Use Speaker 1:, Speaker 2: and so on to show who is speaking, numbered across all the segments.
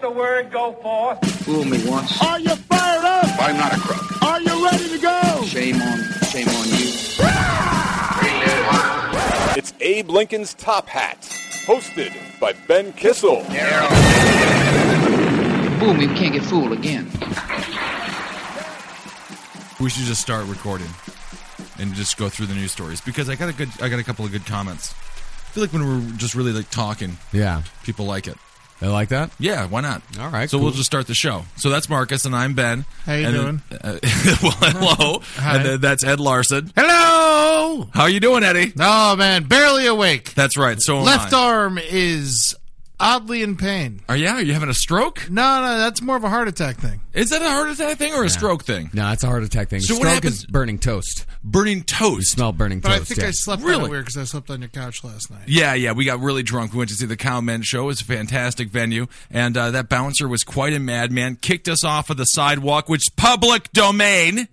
Speaker 1: the word go forth.
Speaker 2: Fool me once.
Speaker 3: Are you fired up?
Speaker 4: I'm not a crook.
Speaker 3: Are you ready to go?
Speaker 2: Shame on, shame on you.
Speaker 5: It's Abe Lincoln's Top Hat, hosted by Ben Kissel.
Speaker 2: Fool me, we can't get fooled again.
Speaker 6: We should just start recording and just go through the news stories because I got a good, I got a couple of good comments. I feel like when we're just really like talking,
Speaker 7: Yeah.
Speaker 6: people like it.
Speaker 7: They like that?
Speaker 6: Yeah, why not?
Speaker 7: All right,
Speaker 6: So we'll
Speaker 7: cool.
Speaker 6: just start the show. So that's Marcus and I'm Ben.
Speaker 8: How you
Speaker 6: And
Speaker 8: doing?
Speaker 6: uh, well, hello. And then that's Ed Larson.
Speaker 8: Hello.
Speaker 6: How you doing, Eddie?
Speaker 8: Oh man, barely awake.
Speaker 6: That's right. So am
Speaker 8: Left
Speaker 6: I.
Speaker 8: arm is oddly in pain.
Speaker 6: Are yeah? Are you having a stroke?
Speaker 8: No, no, that's more of a heart attack thing.
Speaker 6: Is that a heart attack thing or a stroke thing?
Speaker 7: No, it's a heart attack thing.
Speaker 6: So what
Speaker 7: Stroke
Speaker 6: happens-
Speaker 7: is burning toast.
Speaker 6: Burning toast.
Speaker 7: Smell burning
Speaker 8: But I
Speaker 7: toast.
Speaker 8: think
Speaker 7: yeah.
Speaker 8: I slept
Speaker 6: Really?
Speaker 8: really weird because I slept on your couch last night.
Speaker 6: Yeah, yeah, we got really drunk. We went to see the Cowmen show. It was a fantastic venue, and uh, that bouncer was quite a madman. Kicked us off of the sidewalk, which is public domain.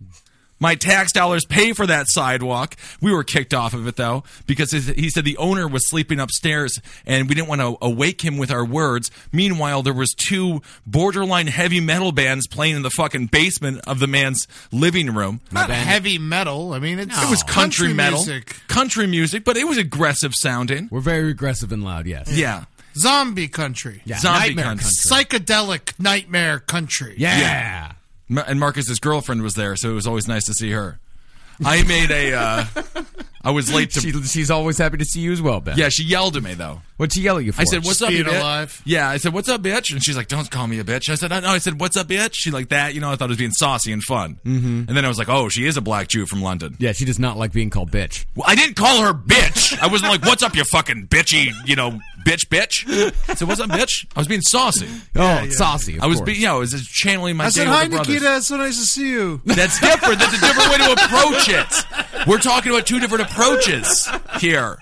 Speaker 6: My tax dollars pay for that sidewalk. We were kicked off of it though because his- he said the owner was sleeping upstairs, and we didn't want to awake him with our words. Meanwhile, there was two borderline heavy metal bands playing in the fucking basement of the man's living room.
Speaker 8: Not heavy metal. I mean, it's,
Speaker 6: It was country, metal,
Speaker 8: music.
Speaker 6: country music, but it was aggressive sounding.
Speaker 7: We're very aggressive and loud, yes.
Speaker 6: Yeah.
Speaker 8: zombie country,
Speaker 6: Zombie
Speaker 7: Nightmare
Speaker 6: country.
Speaker 8: psychedelic nightmare country.
Speaker 7: Yeah.
Speaker 6: Ma- and Marcus's girlfriend was there, so it was always nice to see her. I made a. Uh, I was late to.
Speaker 7: She, she's always happy to see you as well, Ben.
Speaker 6: yeah, she yelled at me though.
Speaker 7: What'd she yell at you for?
Speaker 6: I said, "What's up, you
Speaker 8: Being
Speaker 6: bitch?"
Speaker 8: alive.
Speaker 6: Yeah, I said, "What's up, bitch?" And she's like, "Don't call me a bitch." I said, "No." I said, "What's up, bitch?" She like that. You know, I thought it was being saucy and fun. Mm-hmm. And then I was like, "Oh, she is a black Jew from London."
Speaker 7: Yeah, she does not like being called bitch.
Speaker 6: Well, I didn't call her bitch. I wasn't like, "What's up, you fucking bitchy?" You know, bitch, bitch. I said, "What's up, bitch?" I was being saucy.
Speaker 7: Oh, saucy. of
Speaker 6: I was,
Speaker 7: course.
Speaker 6: be- you know, I was just channeling my.
Speaker 8: I said,
Speaker 6: Day with
Speaker 8: "Hi,
Speaker 6: the brothers."
Speaker 8: Nikita. It's so nice to see you."
Speaker 6: That's different. That's a different way to approach it. We're talking about two different approaches here.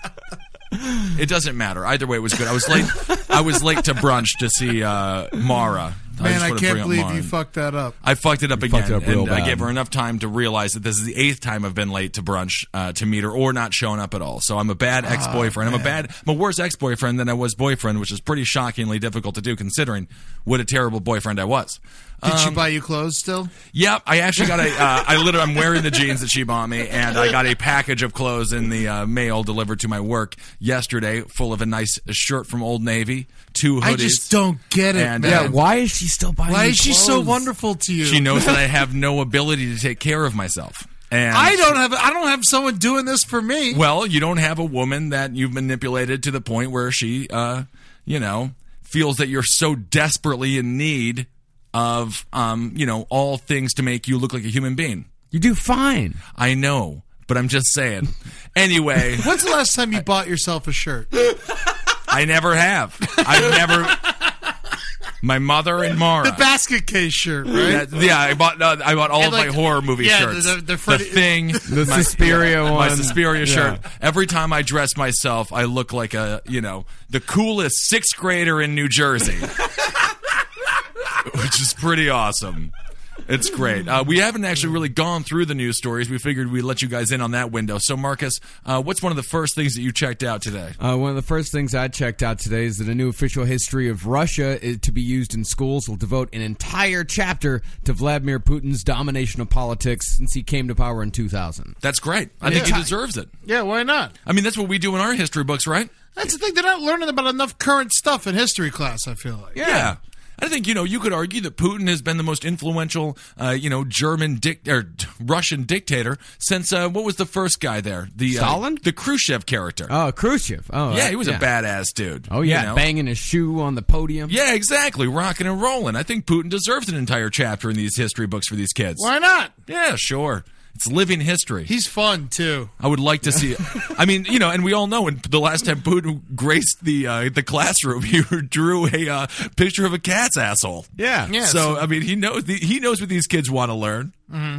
Speaker 6: It doesn't matter. Either way, it was good. I was late. I was late to brunch to see uh, Mara.
Speaker 8: Man,
Speaker 6: just wanna
Speaker 8: I
Speaker 6: bring
Speaker 8: can't
Speaker 6: up
Speaker 8: believe
Speaker 6: Mara.
Speaker 8: you fucked that up.
Speaker 6: I fucked it up again,
Speaker 7: fucked it up real
Speaker 6: and I
Speaker 7: bad.
Speaker 6: gave her enough time to realize that this is the eighth time I've been late to brunch uh, to meet her or not showing up at all. So I'm a bad
Speaker 8: Ah,
Speaker 6: ex-boyfriend. I'm a bad, I'm a worse ex-boyfriend than I was boyfriend, which is pretty shockingly difficult to do considering what a terrible boyfriend I was.
Speaker 8: Did
Speaker 6: Um,
Speaker 8: she buy you clothes still?
Speaker 6: Yep, I actually got a. Uh, I literally, I'm wearing the jeans that she bought me, and I got a package of clothes in the uh, mail delivered to my work yesterday, full of a nice shirt from Old Navy, two hoodies.
Speaker 8: I just don't get it,
Speaker 6: And,
Speaker 8: man.
Speaker 6: uh,
Speaker 7: Why is she still buying
Speaker 8: Why
Speaker 7: you
Speaker 8: is she so
Speaker 7: clothes?
Speaker 8: wonderful to you?
Speaker 6: She knows that I have no ability to take care of myself, and
Speaker 8: I don't have I don't have someone doing this for me.
Speaker 6: Well, you don't have a woman that you've manipulated to the point where she, uh, you know, feels that you're so desperately in need of, um, you know, all things to make you look like a human being.
Speaker 7: You do fine.
Speaker 6: I know, but I'm just saying. Anyway,
Speaker 8: When's the last time you bought yourself a shirt?
Speaker 6: I never have. I've never. My mother and Mara.
Speaker 8: Basket case shirt, right?
Speaker 6: That- yeah, I bought. no, I bought all of
Speaker 8: And,
Speaker 6: my
Speaker 8: like,
Speaker 6: horror movie
Speaker 8: yeah,
Speaker 6: shirts.
Speaker 8: the- the- the Freddy-
Speaker 6: thing.
Speaker 7: The Suspiria one.
Speaker 6: My Suspiria shirt. Every time I dress myself, I look like a you know the coolest sixth grader in New Jersey, which is pretty awesome. It's great. Uh, we haven't actually really gone through the news stories. We figured we'd let you guys in on that window. So, Marcus, uh, what's one of the first things that you checked out today?
Speaker 7: Uh, one of the first things I checked out today is that a new official history of Russia is to be used in schools will devote an entire chapter to Vladimir Putin's domination of politics since he came to power in 2000.
Speaker 6: That's great. I think he deserves it.
Speaker 8: Yeah, why not?
Speaker 6: I mean, that's what we do in our history books, right?
Speaker 8: That's the thing, they're not learning about enough current stuff in history class, I feel like.
Speaker 6: Yeah. I think you know you could argue that Putin has been the most influential, uh, you know, German dic- or t- Russian dictator since uh, what was the first guy there? The uh,
Speaker 7: Stalin?
Speaker 6: the Khrushchev character.
Speaker 7: Oh, Khrushchev. Oh,
Speaker 6: yeah,
Speaker 7: that-
Speaker 6: he was a badass dude.
Speaker 7: Oh yeah,
Speaker 6: you know?
Speaker 7: banging his shoe on the podium.
Speaker 6: Yeah, exactly, rocking and rolling. I think Putin deserves an entire chapter in these history books for these kids.
Speaker 8: Why not?
Speaker 6: Yeah, sure. It's living history.
Speaker 8: He's fun too.
Speaker 6: I would like to see. I mean, you know, and we all know. And the last time Putin graced the uh, the classroom, he drew a uh, picture of a cat's asshole.
Speaker 7: Yeah.
Speaker 8: Yeah,
Speaker 6: so
Speaker 8: so-
Speaker 6: I mean, he knows the, he knows what these kids want to learn.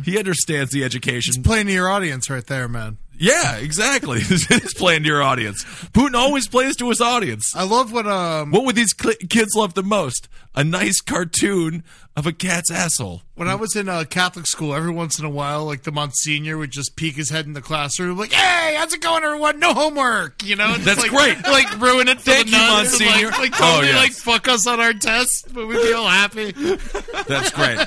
Speaker 6: He understands the education.
Speaker 8: Playing to your audience right there, man.
Speaker 6: yeah, exactly. He's playing to your audience. Putin always plays to his audience.
Speaker 8: I love what um
Speaker 6: What would these cl- kids love the most? A nice cartoon of a cat's asshole.
Speaker 8: when I was in uh, Catholic school, every once in a while, like the Monsignor would just peek his head in the classroom, like, "Hey, how's it going, everyone? No homework, you know." and just,
Speaker 6: That's
Speaker 8: like,
Speaker 6: great.
Speaker 8: Like ruin it. For
Speaker 6: Thank
Speaker 8: the
Speaker 6: you,
Speaker 8: nuns, and,
Speaker 6: Monsignor.
Speaker 8: Like, like
Speaker 6: Oh,
Speaker 8: totally,
Speaker 6: yes.
Speaker 8: like fuck us on our tests, but we'd be all happy.
Speaker 6: That's great.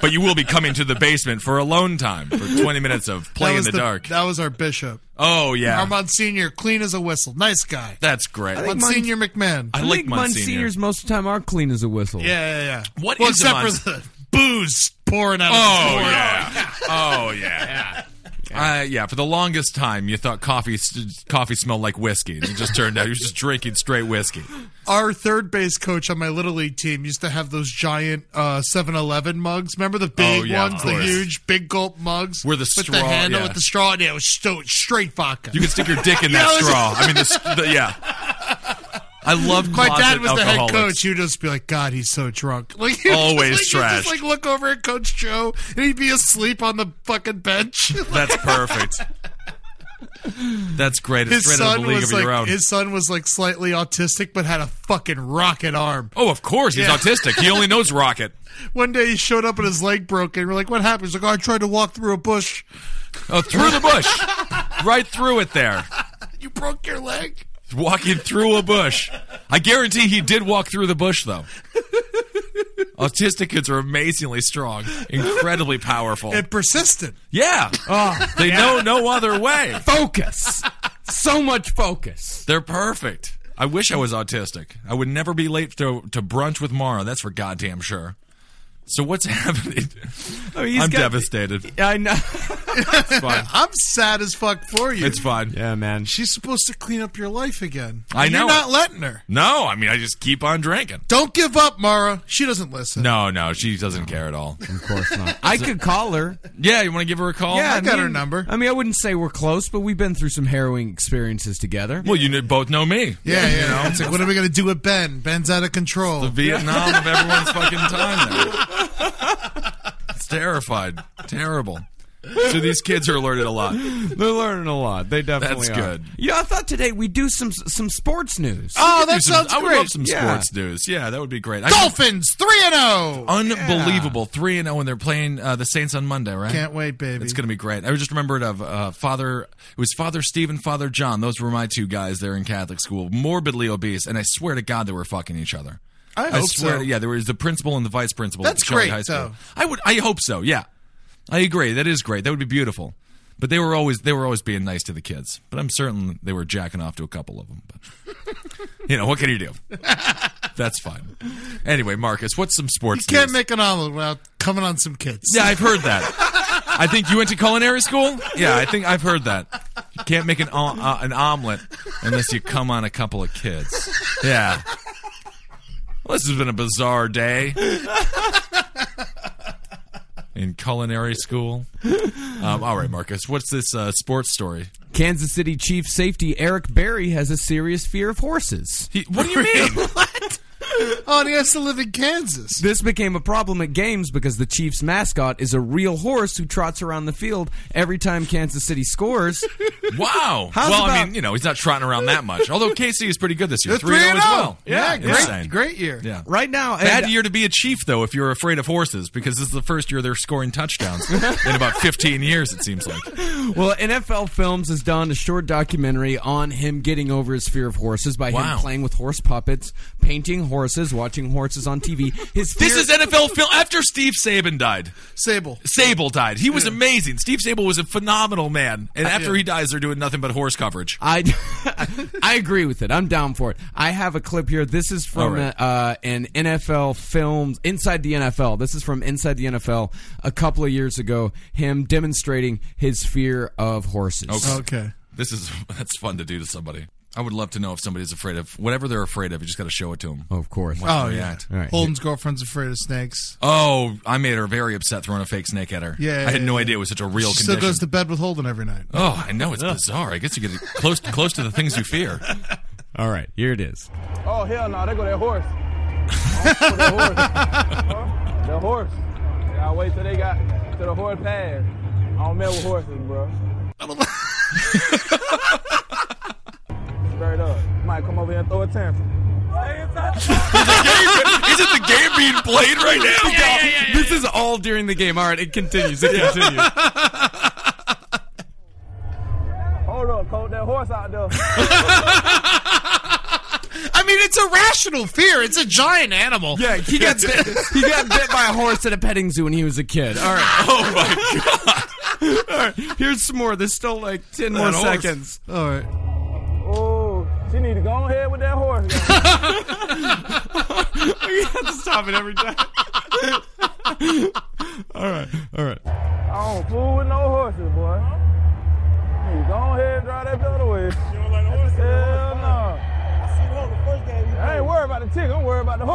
Speaker 6: but you will be coming to the basement for alone time for 20 minutes of
Speaker 8: That
Speaker 6: play in
Speaker 8: was
Speaker 6: the, dark.
Speaker 8: That was our bishop.
Speaker 6: oh, yeah.
Speaker 8: Our Monsignor, clean as a whistle, nice guy.
Speaker 6: That's great.
Speaker 7: think
Speaker 8: Monsignor McMahon.
Speaker 6: I
Speaker 7: I
Speaker 6: like
Speaker 7: think
Speaker 6: Monsignor.
Speaker 7: Monsignors most of the time are clean as a whistle.
Speaker 8: yeah, yeah, yeah.
Speaker 6: What
Speaker 8: well,
Speaker 6: is a
Speaker 8: except
Speaker 6: Mons-
Speaker 8: for the booze pouring out.
Speaker 6: Oh
Speaker 8: of his door.
Speaker 6: yeah. Oh yeah. Uh, yeah, for the longest time, you thought coffee s- coffee smelled like whiskey. It just turned out he was just drinking straight whiskey.
Speaker 8: Our third base coach on my little league team used to have those giant uh, 7-Eleven mugs. Remember the big
Speaker 6: Oh, yeah, of
Speaker 8: ones, the
Speaker 6: course.
Speaker 8: huge big gulp mugs
Speaker 6: Where the
Speaker 8: with
Speaker 6: straw-
Speaker 8: the handle
Speaker 6: yeah.
Speaker 8: with the straw. And it was sto- straight vodka.
Speaker 6: You could stick your dick in that
Speaker 8: Yeah, it was-
Speaker 6: straw. I mean, the, s- the, yeah. I love
Speaker 8: my
Speaker 6: closet
Speaker 8: dad was the head
Speaker 6: alcoholics.
Speaker 8: coach. He'd just be like, "God, he's so drunk." Like he was
Speaker 6: Always
Speaker 8: just, like, he'd
Speaker 6: trashed.
Speaker 8: Just like look over at Coach Joe, and he'd be asleep on the fucking bench.
Speaker 6: That's perfect. That's great. It's
Speaker 8: his
Speaker 6: straight out of
Speaker 8: son
Speaker 6: the league
Speaker 8: was
Speaker 6: of
Speaker 8: like
Speaker 6: your own.
Speaker 8: his son was like slightly autistic, but had a fucking rocket arm.
Speaker 6: oh, of course, he's
Speaker 8: Yeah.
Speaker 6: autistic. He only knows rocket.
Speaker 8: One day he showed up and his leg broke, and we're like, "What happened?" He's like, oh, "I tried to walk through a bush.
Speaker 6: Oh, through the bush, right through it there.
Speaker 8: You broke your leg."
Speaker 6: walking through a bush. I guarantee he did walk through the bush, though. Autistic kids are amazingly strong, incredibly powerful.
Speaker 8: and persistent.
Speaker 6: yeah, they know no other way.
Speaker 7: Focus. so much focus.
Speaker 6: They're perfect. I wish I was autistic. I would never be late to, to brunch with Mara. That's for goddamn sure. So what's happening?
Speaker 7: I mean, he's
Speaker 6: I'm
Speaker 7: got-
Speaker 6: devastated.
Speaker 7: I know.
Speaker 6: It's fine.
Speaker 8: I'm sad as fuck for you.
Speaker 6: It's fine.
Speaker 7: Yeah, man.
Speaker 8: She's supposed to clean up your life again.
Speaker 6: I
Speaker 8: And
Speaker 6: know
Speaker 8: You're not
Speaker 6: it.
Speaker 8: letting her.
Speaker 6: No, I mean I just keep on drinking.
Speaker 8: Don't give up, Mara. She doesn't listen.
Speaker 6: No, no, she doesn't care at all.
Speaker 7: Of course not. I could call her.
Speaker 6: Yeah, you want to give her a call?
Speaker 7: yeah,
Speaker 8: I got her number.
Speaker 7: I mean, I wouldn't say we're close, but we've been through some harrowing experiences together.
Speaker 6: Well, you kn- both know me.
Speaker 8: Yeah, yeah. yeah. It's like, what are we gonna do with Ben? Ben's out of control.
Speaker 6: Vietnam of everyone's fucking time there. It's terrified. Terrible. So these kids are alerted a lot.
Speaker 8: Oh,
Speaker 7: They're learning a lot. They definitely
Speaker 6: That's
Speaker 7: are.
Speaker 6: good.
Speaker 7: Yeah, I thought today we'd do some some sports news.
Speaker 8: Oh, that
Speaker 6: Do some-
Speaker 8: sounds
Speaker 6: I would
Speaker 8: great.
Speaker 6: love some
Speaker 7: Yeah.
Speaker 6: sports news. Yeah, that would be great. I-
Speaker 8: Dolphins three and oh!
Speaker 6: Oh,
Speaker 8: zero.
Speaker 6: Unbelievable. 3 and 0 and they're playing uh, the Saints on Monday, right?
Speaker 8: Can't wait, baby.
Speaker 6: It's going to be great. I just remembered of uh, Father. It was Father Steve and Father John. Those were my two guys there in Catholic school, morbidly obese, and I swear to God they were fucking each other.
Speaker 8: I hope
Speaker 6: swear.
Speaker 8: so.
Speaker 6: Yeah, there was the principal and the vice principal.
Speaker 8: That's
Speaker 6: at Shelby
Speaker 8: great,
Speaker 6: High school.
Speaker 8: though.
Speaker 6: I would. I hope so. Yeah, I agree. That is great. That would be beautiful. But they were always they were always being nice to the kids. But I'm certain they were jacking off to a couple of them. But you know what can you do? That's fine. Anyway, Marcus, what's some
Speaker 8: you
Speaker 6: sports?
Speaker 8: can't
Speaker 6: news?
Speaker 8: make an omelet without coming on some kids.
Speaker 6: Yeah, I've heard that. I think you went to culinary school. Yeah, I think I've heard that. You can't make an o- uh, an omelet unless you come on a couple of kids. Yeah. Well, this has been a bizarre day in culinary school. Um, all right, Marcus, what's this uh, sports story?
Speaker 7: Kansas City Chiefs safety Eric Berry has a serious fear of horses.
Speaker 6: He, what do you mean?
Speaker 8: Oh, and he has to live in Kansas.
Speaker 7: This became a problem at games because the Chiefs' mascot is a real horse who trots around the field every time Kansas City scores.
Speaker 6: Wow.
Speaker 7: How's
Speaker 6: well, I
Speaker 7: about-
Speaker 6: mean, you know, he's not trotting around that much. Although KC is pretty good this year,
Speaker 8: They're
Speaker 6: three
Speaker 8: three
Speaker 6: zero
Speaker 8: and
Speaker 6: as well.
Speaker 8: zero. Yeah, great,
Speaker 6: Insane.
Speaker 8: great year.
Speaker 6: Yeah.
Speaker 7: Right now, and-
Speaker 6: Bad year to be a chief, though, if you're afraid of horses, because this is the first year they're scoring touchdowns in about 15 years, it seems like.
Speaker 7: Well, NFL Films has done a short documentary on him getting over his fear of horses by
Speaker 6: Wow.
Speaker 7: him playing with horse puppets, painting horses, watching horses on TV. His fear,
Speaker 6: This is NFL film after Steve Saban died.
Speaker 8: Sable.
Speaker 6: Sable died. He was amazing. Steve Sable was a phenomenal man. And after he dies, they're doing nothing but horse coverage.
Speaker 7: I, I agree with it. I'm down for it. I have a clip here. This is
Speaker 6: All
Speaker 7: from
Speaker 6: right.
Speaker 7: uh, an NFL Films Inside the NFL. This is from Inside the NFL a couple of years ago. Him demonstrating his fear of horses.
Speaker 8: Okay.
Speaker 6: This is that's fun to do to somebody. I would love to know if somebody's afraid of whatever they're afraid of. You just got to show it to them.
Speaker 7: Of course.
Speaker 8: Oh yeah.
Speaker 6: react.
Speaker 7: All right.
Speaker 8: Holden's girlfriend's afraid of snakes.
Speaker 6: Oh, I made her very upset throwing a fake snake at her.
Speaker 8: Yeah,
Speaker 6: I had
Speaker 8: yeah,
Speaker 6: no
Speaker 8: yeah.
Speaker 6: idea it was such a real
Speaker 8: She
Speaker 6: condition.
Speaker 8: still goes to bed with Holden every night.
Speaker 6: oh, I know it's bizarre. I guess you get close close to the things you fear.
Speaker 7: All right. Here it is.
Speaker 1: Oh hell no, they go that horse. Oh, that horse. Huh? That horse. I I wait till they got to the horse pass. I don't mess with horses, bro. Straight up. Might come over here and throw a tantrum.
Speaker 6: Is it the game being played right now?
Speaker 7: This is all during the game. All right, it continues. It continues.
Speaker 1: Hold up, coach. That horse out there.
Speaker 8: I mean, it's a rational fear. It's a giant animal.
Speaker 7: yeah, he got bit, he got bit by a horse at a petting zoo when he was a kid. All right. Oh my god. All right. Here's some more. There's still like ten more
Speaker 6: horse.
Speaker 7: seconds.
Speaker 8: All right.
Speaker 1: Ooh, Oh, she need to go on ahead with that horse.
Speaker 7: We have to stop it every time. all right. All right.
Speaker 1: I don't fool with no horses, boy. You go on ahead and drive that the other way. You don't like the horses? Hell no. I ain't worried about the tick. I'm worried about the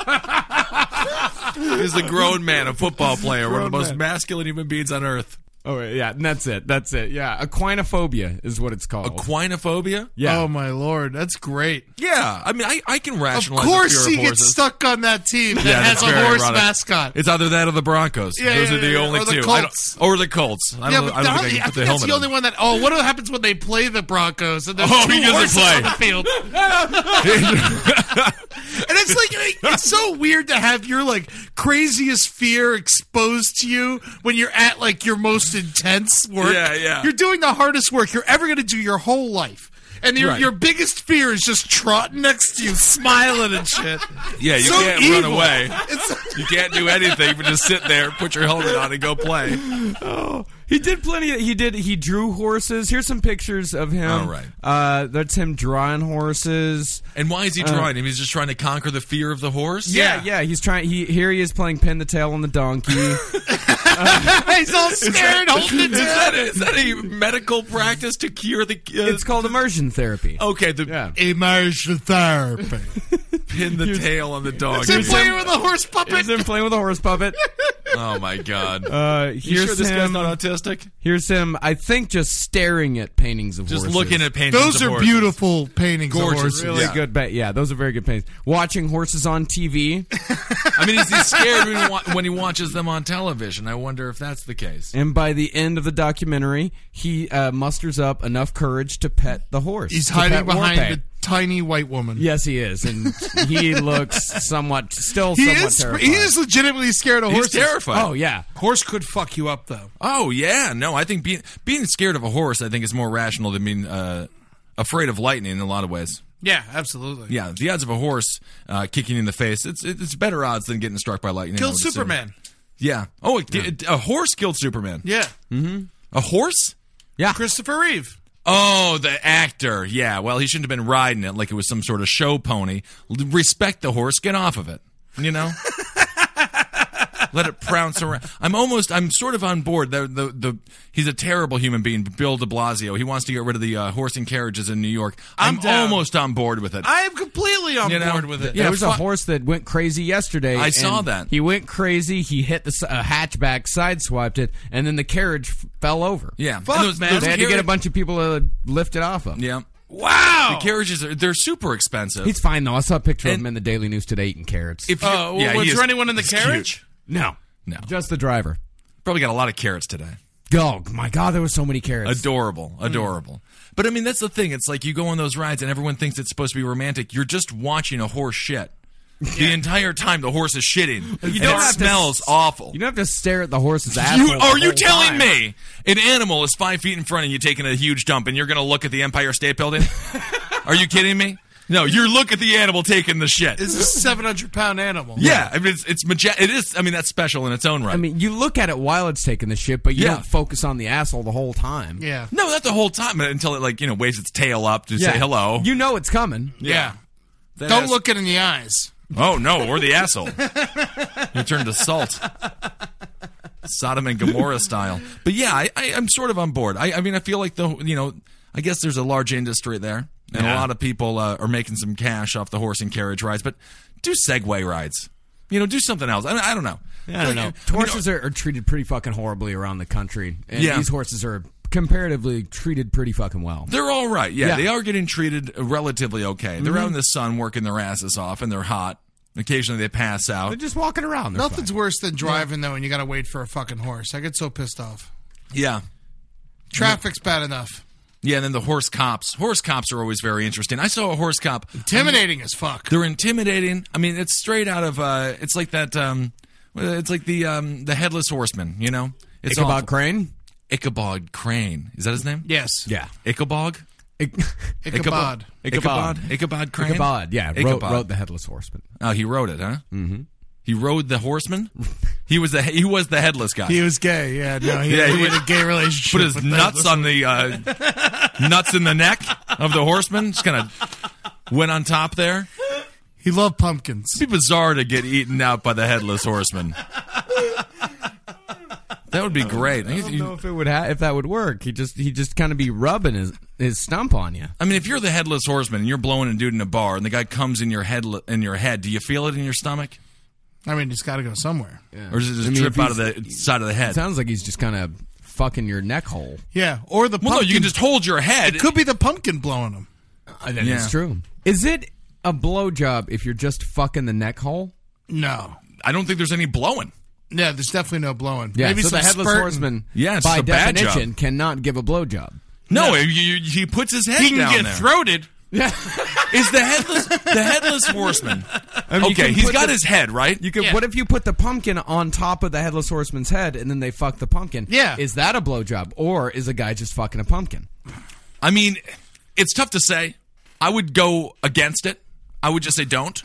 Speaker 1: horse.
Speaker 6: Is the grown man a football player, one of the most masculine human beings on earth?
Speaker 7: All right. Oh, Yeah, and that's it. That's it. Yeah, aquinophobia is what it's called.
Speaker 6: Aquinophobia? Uh,
Speaker 7: yeah.
Speaker 8: Oh my lord, that's great.
Speaker 6: Yeah, I mean, I, I can
Speaker 8: Of
Speaker 6: rationalize. the
Speaker 8: course,
Speaker 6: fear
Speaker 8: he
Speaker 6: of
Speaker 8: gets
Speaker 6: horses.
Speaker 8: stuck on that team that
Speaker 6: Yeah,
Speaker 8: has
Speaker 6: that's
Speaker 8: a
Speaker 6: very
Speaker 8: horse
Speaker 6: ironic.
Speaker 8: mascot.
Speaker 6: It's either that or the Broncos.
Speaker 8: Yeah,
Speaker 6: Those
Speaker 8: yeah,
Speaker 6: are the
Speaker 8: yeah,
Speaker 6: only
Speaker 8: or the
Speaker 6: two. I don't-
Speaker 8: Colts.
Speaker 6: or the Colts. I
Speaker 8: yeah,
Speaker 6: don't,
Speaker 8: but
Speaker 6: I don't think I
Speaker 8: the-
Speaker 6: can
Speaker 8: I
Speaker 6: put the
Speaker 8: think that's
Speaker 6: helmet
Speaker 8: the only
Speaker 6: on.
Speaker 8: one that. Oh, what happens when they play the Broncos and there's
Speaker 6: Oh,
Speaker 8: two
Speaker 6: he doesn't
Speaker 8: horses
Speaker 6: play.
Speaker 8: on the field? and it's like it's so weird to have your like craziest fear exposed to you when you're at like your most intense work.
Speaker 6: Yeah, yeah.
Speaker 8: You're doing the hardest work you're ever going to do your whole life. And your,
Speaker 6: Right.
Speaker 8: your biggest fear is just trotting next to you, smiling and shit.
Speaker 6: Yeah, you
Speaker 8: So
Speaker 6: can't run
Speaker 8: evil.
Speaker 6: away.
Speaker 8: It's,
Speaker 6: You can't do anything but just sit there, put your helmet on, and go play.
Speaker 7: He did plenty. Of, he did. He drew horses. Here's some pictures of him.
Speaker 6: All right.
Speaker 7: Uh, that's him drawing horses.
Speaker 6: And why is he drawing him? He's just trying to conquer the fear of the horse.
Speaker 7: Uh. Yeah, yeah. He's trying. He here he is playing pin the tail on the donkey.
Speaker 8: he's all scared, holding it
Speaker 6: Is
Speaker 8: down.
Speaker 6: that, a, is that a medical practice to cure the? Uh,
Speaker 7: it's called immersion therapy.
Speaker 6: okay. The
Speaker 7: Yeah.
Speaker 8: Immersion therapy.
Speaker 6: pin the tail on the dog.
Speaker 8: Is it playing with a horse puppet?
Speaker 7: Here's him playing with a horse puppet.
Speaker 6: Oh my god.
Speaker 7: Uh, here's
Speaker 6: you sure this guy's
Speaker 7: him.
Speaker 6: not autistic?
Speaker 7: here's him. I think just staring at paintings of
Speaker 6: Just
Speaker 7: horses.
Speaker 6: looking at paintings.
Speaker 8: Those
Speaker 6: of
Speaker 8: are
Speaker 6: horses.
Speaker 8: beautiful paintings of
Speaker 6: Gorgeous,
Speaker 8: horses.
Speaker 6: really.
Speaker 7: Really good, but yeah, those are very good paintings. Watching horses on TV,
Speaker 6: I mean, is he scared when he, wa- when he watches them on television? I wonder if that's the case.
Speaker 7: and by the end of the documentary, he uh, musters up enough courage to pet the horse.
Speaker 8: He's
Speaker 7: to
Speaker 8: hiding
Speaker 7: pet
Speaker 8: behind
Speaker 7: Warpath.
Speaker 8: a tiny white woman.
Speaker 7: Yes, he is, and he looks somewhat still
Speaker 8: He
Speaker 7: somewhat
Speaker 8: is.
Speaker 7: terrified.
Speaker 8: He is legitimately scared of
Speaker 6: He's
Speaker 8: horses.
Speaker 6: terrified.
Speaker 7: Oh yeah,
Speaker 8: Horse could fuck you up though.
Speaker 6: Oh yeah, no, I think being being scared of a horse, I think is more rational than being uh, afraid of lightning in a lot of ways.
Speaker 8: Yeah, absolutely.
Speaker 6: Yeah, the odds of a horse uh, kicking you in the face, it's it's better odds than getting struck by lightning. I
Speaker 8: Killed
Speaker 6: would assume.
Speaker 8: Superman.
Speaker 6: Yeah. Oh, it, it- a horse killed Superman.
Speaker 8: Yeah.
Speaker 6: A horse?
Speaker 8: Christopher Reeve.
Speaker 6: Oh, the actor. Yeah. Well, he shouldn't have been riding it like it was some sort of show pony. L- Respect the horse. Get off of it. You know. Let it prounce around. I'm almost. I'm sort of on board. The, the the he's a terrible human being. Bill De Blasio. He wants to get rid of the uh, horse and carriages in New York. I'm,
Speaker 8: I'm down.
Speaker 6: almost on board with it.
Speaker 8: I am completely on
Speaker 6: You know,
Speaker 8: board with it.
Speaker 7: yeah. There was a
Speaker 6: fu-
Speaker 7: horse that went crazy yesterday.
Speaker 6: I saw
Speaker 7: and
Speaker 6: that.
Speaker 7: he went crazy. He hit the s- a hatchback, sideswiped it, and then the carriage f- fell over.
Speaker 6: yeah. And
Speaker 8: Fuck, man.
Speaker 7: they had to get a
Speaker 6: carri-
Speaker 7: bunch of people to lift it off of.
Speaker 6: Yeah.
Speaker 8: Wow.
Speaker 6: Carriages are they're super expensive.
Speaker 7: He's fine though. I saw a picture of
Speaker 6: And-
Speaker 7: him in the Daily News today eating carrots.
Speaker 6: if you-
Speaker 8: Uh,
Speaker 6: yeah,
Speaker 8: was
Speaker 6: he
Speaker 8: there
Speaker 6: is-
Speaker 8: anyone in the
Speaker 6: he's cute.
Speaker 8: carriage?
Speaker 7: no,
Speaker 6: No.
Speaker 7: just the driver.
Speaker 6: Probably got a lot of carrots today.
Speaker 7: Oh my God, there were so many carrots.
Speaker 6: Adorable,
Speaker 8: Mm.
Speaker 6: adorable. But I mean, that's the thing. It's like you go on those rides and everyone thinks it's supposed to be romantic. You're just watching a horse shit. The entire time the horse is shitting. and
Speaker 7: don't
Speaker 6: it
Speaker 7: have to
Speaker 6: smells
Speaker 7: s-
Speaker 6: awful.
Speaker 7: you don't have to stare at the horse's asshole.
Speaker 6: You,
Speaker 7: the
Speaker 6: are you
Speaker 7: whole
Speaker 6: telling
Speaker 7: time.
Speaker 6: me an animal is five feet in front of you taking a huge dump and you're going to look at the Empire State Building? are you kidding me? No, you look at the animal taking the shit.
Speaker 8: It's a seven hundred pound animal.
Speaker 6: yeah, I mean, it's, it's maja- it is. I mean, that's special in its own right.
Speaker 7: I mean, you look at it while it's taking the shit, but you
Speaker 6: Yeah.
Speaker 7: don't focus on the asshole the whole time.
Speaker 8: Yeah.
Speaker 6: no, not the whole time until it like you know waves its tail up to say hello.
Speaker 7: You know it's coming.
Speaker 8: Yeah.
Speaker 6: That
Speaker 8: Don't
Speaker 6: ass-
Speaker 8: look it in the eyes.
Speaker 6: Oh no, we're the asshole. You turned to salt. Sodom and Gomorrah style. But yeah, I, I, I'm sort of on board. I, I mean, I feel like the you know, I guess there's a large industry there, and a lot of people uh, are making some cash off the horse and carriage rides. But do Segway rides. You know, do something else. I, I don't know. I don't know.
Speaker 7: Horses are, are treated pretty fucking horribly around the country, and
Speaker 6: Yeah.
Speaker 7: these horses are comparatively treated pretty fucking well.
Speaker 6: They're all right. Yeah,
Speaker 7: Yeah. Mm-hmm.
Speaker 6: they are getting treated relatively okay. They're out in the sun working their asses off, and they're hot. Occasionally they pass
Speaker 7: They're
Speaker 6: out.
Speaker 7: just walking around. They're
Speaker 8: Nothing's
Speaker 7: fine.
Speaker 8: worse than driving though, and you got to wait for a fucking horse. I get so pissed off.
Speaker 6: Yeah.
Speaker 8: Traffic's bad enough.
Speaker 6: Yeah, and then the horse cops. Horse cops are always very interesting. I saw a horse cop.
Speaker 8: Intimidating as fuck.
Speaker 6: They're intimidating. I mean, it's straight out of uh it's like that um it's like the um the headless horseman, you know? It's
Speaker 7: Ichabod
Speaker 6: awful.
Speaker 7: Crane.
Speaker 6: Ichabod Crane. Is that his name?
Speaker 8: Yes.
Speaker 7: Yeah.
Speaker 6: Ichabod?
Speaker 8: Ichabod.
Speaker 6: Ichabod.
Speaker 7: Ichabod.
Speaker 6: Ichabod Crane.
Speaker 7: Ichabod. Yeah. Wrote,
Speaker 6: Ichabod.
Speaker 7: wrote the headless horseman.
Speaker 6: Oh, he rode it, huh? Mm-hmm. He rode the horseman. he was the he was the headless guy.
Speaker 8: He was gay. Yeah. No. He,
Speaker 6: Yeah, he
Speaker 8: he had
Speaker 6: was-
Speaker 8: a gay relationship.
Speaker 6: Put his
Speaker 8: with that.
Speaker 6: nuts on the uh, nuts in the neck of the horseman. Just kind of went on top there.
Speaker 8: He loved pumpkins.
Speaker 6: It'd be bizarre to get eaten out by the headless horseman. That would be great. I,
Speaker 7: don't know if it would ha- if that would work. He just he just kind of be rubbing his his stump on you.
Speaker 6: mean, if you're the headless horseman and you're blowing a dude in a bar, and the guy comes in your head in your head, do you feel it in your stomach,
Speaker 8: I mean, it's got to go somewhere. Yeah.
Speaker 6: or does it just
Speaker 7: I mean,
Speaker 6: drip
Speaker 7: if
Speaker 6: out of the side of the head?
Speaker 7: Sounds like he's just kind of fucking your neck hole.
Speaker 8: Or
Speaker 6: Well,
Speaker 8: the
Speaker 6: no,
Speaker 8: pumpkin.
Speaker 6: you can just hold your head.
Speaker 8: could be the pumpkin blowing him.
Speaker 6: Yeah.
Speaker 7: Uh, It's true. Is it a blowjob if you're just fucking the neck hole?
Speaker 8: No.
Speaker 6: I don't think there's any blowing.
Speaker 8: Yeah. There's definitely no blowing.
Speaker 7: Yeah,
Speaker 8: Maybe
Speaker 7: so
Speaker 8: some
Speaker 7: the headless
Speaker 8: spurting.
Speaker 7: horseman,
Speaker 6: Yeah, it's
Speaker 7: by
Speaker 6: a bad
Speaker 7: definition,
Speaker 6: job.
Speaker 7: cannot give a blowjob.
Speaker 6: No, He, he puts his head
Speaker 8: He can
Speaker 6: down
Speaker 8: get
Speaker 6: there.
Speaker 8: throated.
Speaker 6: Is the headless the headless horseman?
Speaker 7: you
Speaker 6: okay,
Speaker 7: can
Speaker 6: he's
Speaker 7: put
Speaker 6: got
Speaker 7: the-
Speaker 6: his head right.
Speaker 7: You could. What if you put the pumpkin on top of the headless horseman's head and then they fuck the pumpkin?
Speaker 8: Yeah.
Speaker 7: is that a blowjob or is a guy just fucking a pumpkin?
Speaker 6: I mean, it's tough to say. I would go against it. I would just say don't.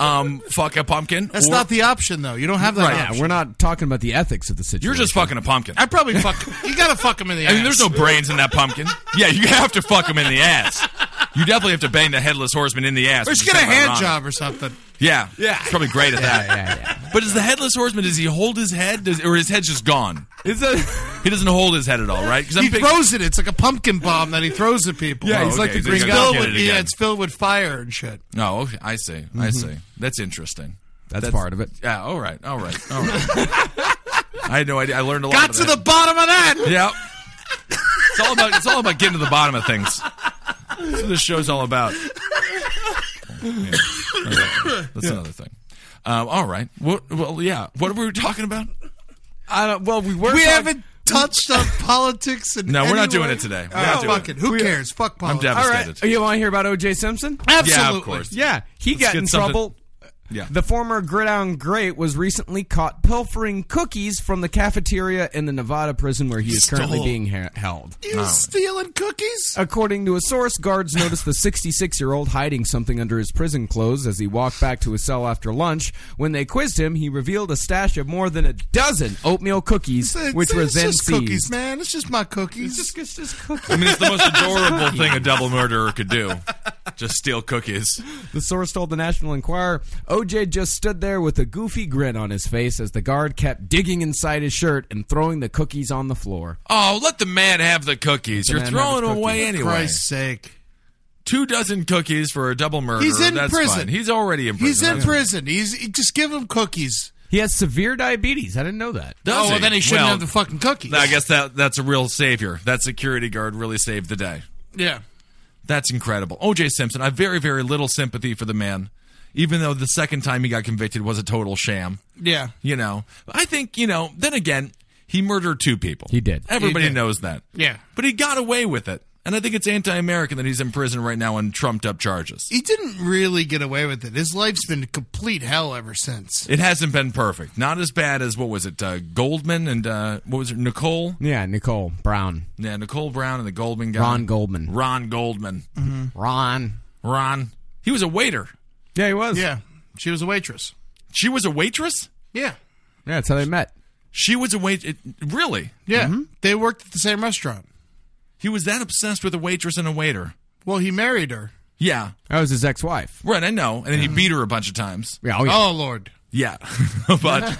Speaker 6: um, fuck a pumpkin.
Speaker 8: That's
Speaker 6: or-
Speaker 8: not the option though. You don't have that.
Speaker 6: Right.
Speaker 8: option.
Speaker 7: Yeah, we're not talking about the ethics of the situation.
Speaker 6: You're just fucking a pumpkin.
Speaker 8: I probably fuck. you gotta fuck him in the.
Speaker 6: I mean, there's no brains in that pumpkin. Yeah, you have to fuck him in the ass. You definitely have to bang the headless horseman in the ass.
Speaker 8: Let's
Speaker 6: which is
Speaker 8: get a
Speaker 6: something
Speaker 8: hand
Speaker 6: ironic.
Speaker 8: job or something.
Speaker 6: Yeah, yeah, he's probably great at that.
Speaker 7: yeah, yeah.
Speaker 6: But is the headless horseman? Does he hold his head? Does, or his head's just gone?
Speaker 7: Is a
Speaker 6: He doesn't hold his head at all, right? 'Cause I'm
Speaker 8: He
Speaker 6: big-
Speaker 8: throws it. It's like a pumpkin bomb that he throws at people.
Speaker 6: Yeah, he's Oh, like okay, the so Green he's gotta Goblin.
Speaker 8: Filled
Speaker 6: get
Speaker 8: with-
Speaker 6: it
Speaker 8: yeah,
Speaker 6: again.
Speaker 8: it's filled with fire and shit.
Speaker 6: No, okay, I see.
Speaker 8: Mm-hmm.
Speaker 6: I see. That's interesting.
Speaker 7: that's part of it.
Speaker 6: Yeah. All right. All right. All right. I had no idea. I learned a lot.
Speaker 8: Got
Speaker 6: of
Speaker 8: to the
Speaker 6: that.
Speaker 8: bottom of that.
Speaker 6: Yeah. It's all about. It's all about getting to the bottom of things. That's what this show's all about. Yeah. Okay. That's another thing. Um, all right. What, well, yeah. What were we talking about?
Speaker 7: I don't. Well, we were. talking-
Speaker 8: We haven't touched on politics. And
Speaker 6: No, we're not doing it today. We're not doing
Speaker 8: fuck
Speaker 6: it.
Speaker 8: it. Who cares? Fuck
Speaker 6: I'm
Speaker 8: politics.
Speaker 7: All
Speaker 6: devastated.
Speaker 7: right. Oh, You want to hear about O.J. Simpson?
Speaker 8: Absolutely.
Speaker 6: Yeah, of course.
Speaker 7: Yeah, he got
Speaker 6: get
Speaker 7: in
Speaker 6: something-
Speaker 7: trouble.
Speaker 6: Yeah.
Speaker 7: The former Gridiron Great was recently caught pilfering cookies from the cafeteria in the Nevada prison where he is currently being ha- held.
Speaker 8: You stealing cookies?
Speaker 7: According to a source, guards noticed the 66 year old hiding something under his prison clothes as he walked back to his cell after lunch. When they quizzed him, he revealed a stash of more than a dozen oatmeal cookies,
Speaker 8: It's-
Speaker 7: which
Speaker 8: it's
Speaker 7: were then
Speaker 8: just cookies,
Speaker 7: seized.
Speaker 8: man. It's just my cookies. It's just,
Speaker 6: I mean, it's the most adorable thing a double murderer could do. Just steal cookies.
Speaker 7: The source told the National Enquirer, OJ just stood there with a goofy grin on his face as the guard kept digging inside his shirt and throwing the cookies on the floor.
Speaker 6: Oh, let the man have the cookies. You're
Speaker 7: man
Speaker 6: throwing
Speaker 7: have his
Speaker 6: them away
Speaker 7: cookies.
Speaker 6: anyway.
Speaker 8: Christ's sake.
Speaker 6: Two dozen cookies for a double murder.
Speaker 8: He's in
Speaker 6: That's
Speaker 8: prison.
Speaker 6: Fine. He's already in prison.
Speaker 8: He's in
Speaker 6: That's-
Speaker 8: prison. He's he- just give him cookies.
Speaker 7: He has severe diabetes. I didn't know that.
Speaker 6: Does
Speaker 8: oh, well, then he shouldn't
Speaker 6: Well,
Speaker 8: have the fucking cookies.
Speaker 6: I guess that that's a real savior. That security guard really saved the day.
Speaker 8: Yeah.
Speaker 6: That's incredible. O.J. Simpson. I have very very little sympathy for the man, even though the second time he got convicted was a total sham.
Speaker 8: Yeah.
Speaker 6: You know, I think you know. Then again, he murdered two people.
Speaker 7: He did.
Speaker 6: Everybody
Speaker 8: He did.
Speaker 6: knows that.
Speaker 8: Yeah.
Speaker 6: but he got away with it, and I think it's anti-American that he's in prison right now on trumped up charges.
Speaker 8: he didn't really get away with it. His life's been complete hell ever since.
Speaker 6: It hasn't been perfect. Not as bad as what was it? Uh, Goldman and uh, what was it? Nicole.
Speaker 7: Yeah, Nicole Brown.
Speaker 6: Yeah, Nicole Brown and the Goldman guy.
Speaker 7: Ron Goldman.
Speaker 6: Ron Goldman.
Speaker 7: Ron.
Speaker 6: Ron. He was a waiter.
Speaker 7: Yeah, he was.
Speaker 8: Yeah, she was a waitress.
Speaker 6: She was a waitress.
Speaker 8: Yeah,
Speaker 7: Yeah, that's how they met.
Speaker 6: She was a wait. it- Really?
Speaker 8: yeah. They worked at the same restaurant.
Speaker 6: He was that obsessed with a waitress and a waiter.
Speaker 8: Well, he married her.
Speaker 6: Yeah,
Speaker 7: That was his ex wife.
Speaker 6: right. I know. And then he beat her a bunch of times.
Speaker 7: Yeah, oh, yeah.
Speaker 8: Oh Lord,
Speaker 6: Yeah, but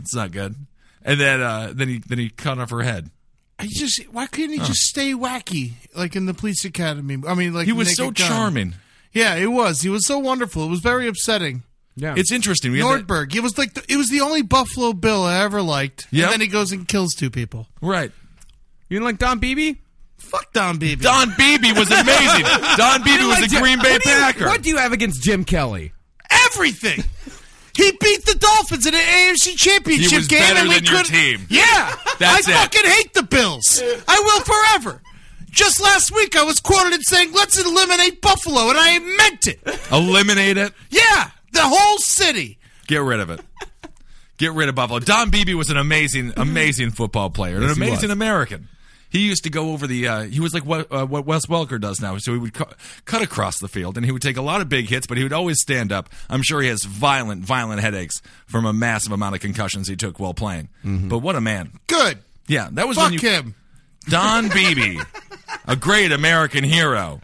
Speaker 6: it's not good. And then uh, then he then he cut off her head.
Speaker 8: I just why couldn't he just stay wacky like in the police academy? I mean, like
Speaker 6: He was
Speaker 8: Naked
Speaker 6: so
Speaker 8: Gun.
Speaker 6: charming.
Speaker 8: Yeah, it was. He was so wonderful. It was very upsetting.
Speaker 7: yeah.
Speaker 6: It's interesting. We have that-
Speaker 8: Nordberg. It was like the, it was the only Buffalo Bill I ever liked.
Speaker 6: Yep.
Speaker 8: And then he goes and kills two people.
Speaker 6: right.
Speaker 7: you didn't like Don Beebe?
Speaker 8: Fuck Don Beebe.
Speaker 6: Don Beebe was amazing. Don Beebe was
Speaker 7: Like
Speaker 6: the
Speaker 7: Jim-
Speaker 6: Green Bay
Speaker 7: what do you-
Speaker 6: Packer.
Speaker 7: What do you have against Jim Kelly?
Speaker 8: everything. He beat the Dolphins in an AFC Championship
Speaker 6: He was
Speaker 8: game,
Speaker 6: better
Speaker 8: and we
Speaker 6: than your
Speaker 8: couldn't-
Speaker 6: team.
Speaker 8: Yeah,
Speaker 6: That's
Speaker 8: I
Speaker 6: it.
Speaker 8: fucking hate the Bills. I will forever. Just last week, I was quoted as saying, "Let's eliminate Buffalo," and I meant it.
Speaker 6: Eliminate it.
Speaker 8: Yeah, the whole city.
Speaker 6: Get rid of it. Get rid of Buffalo. Don Beebe was an amazing, amazing football player, an
Speaker 7: Yes, he was.
Speaker 6: amazing American. He used to go over the. Uh, he was like what, uh, what Wes Welker does now. So he would cu- cut across the field, and he would take a lot of big hits, but he would always stand up. I'm sure he has violent, violent headaches from a massive amount of concussions he took while playing. But what a man!
Speaker 8: Good.
Speaker 6: Yeah, that was when
Speaker 8: Fuck
Speaker 6: you,
Speaker 8: him.
Speaker 6: Don Beebe, a great American hero.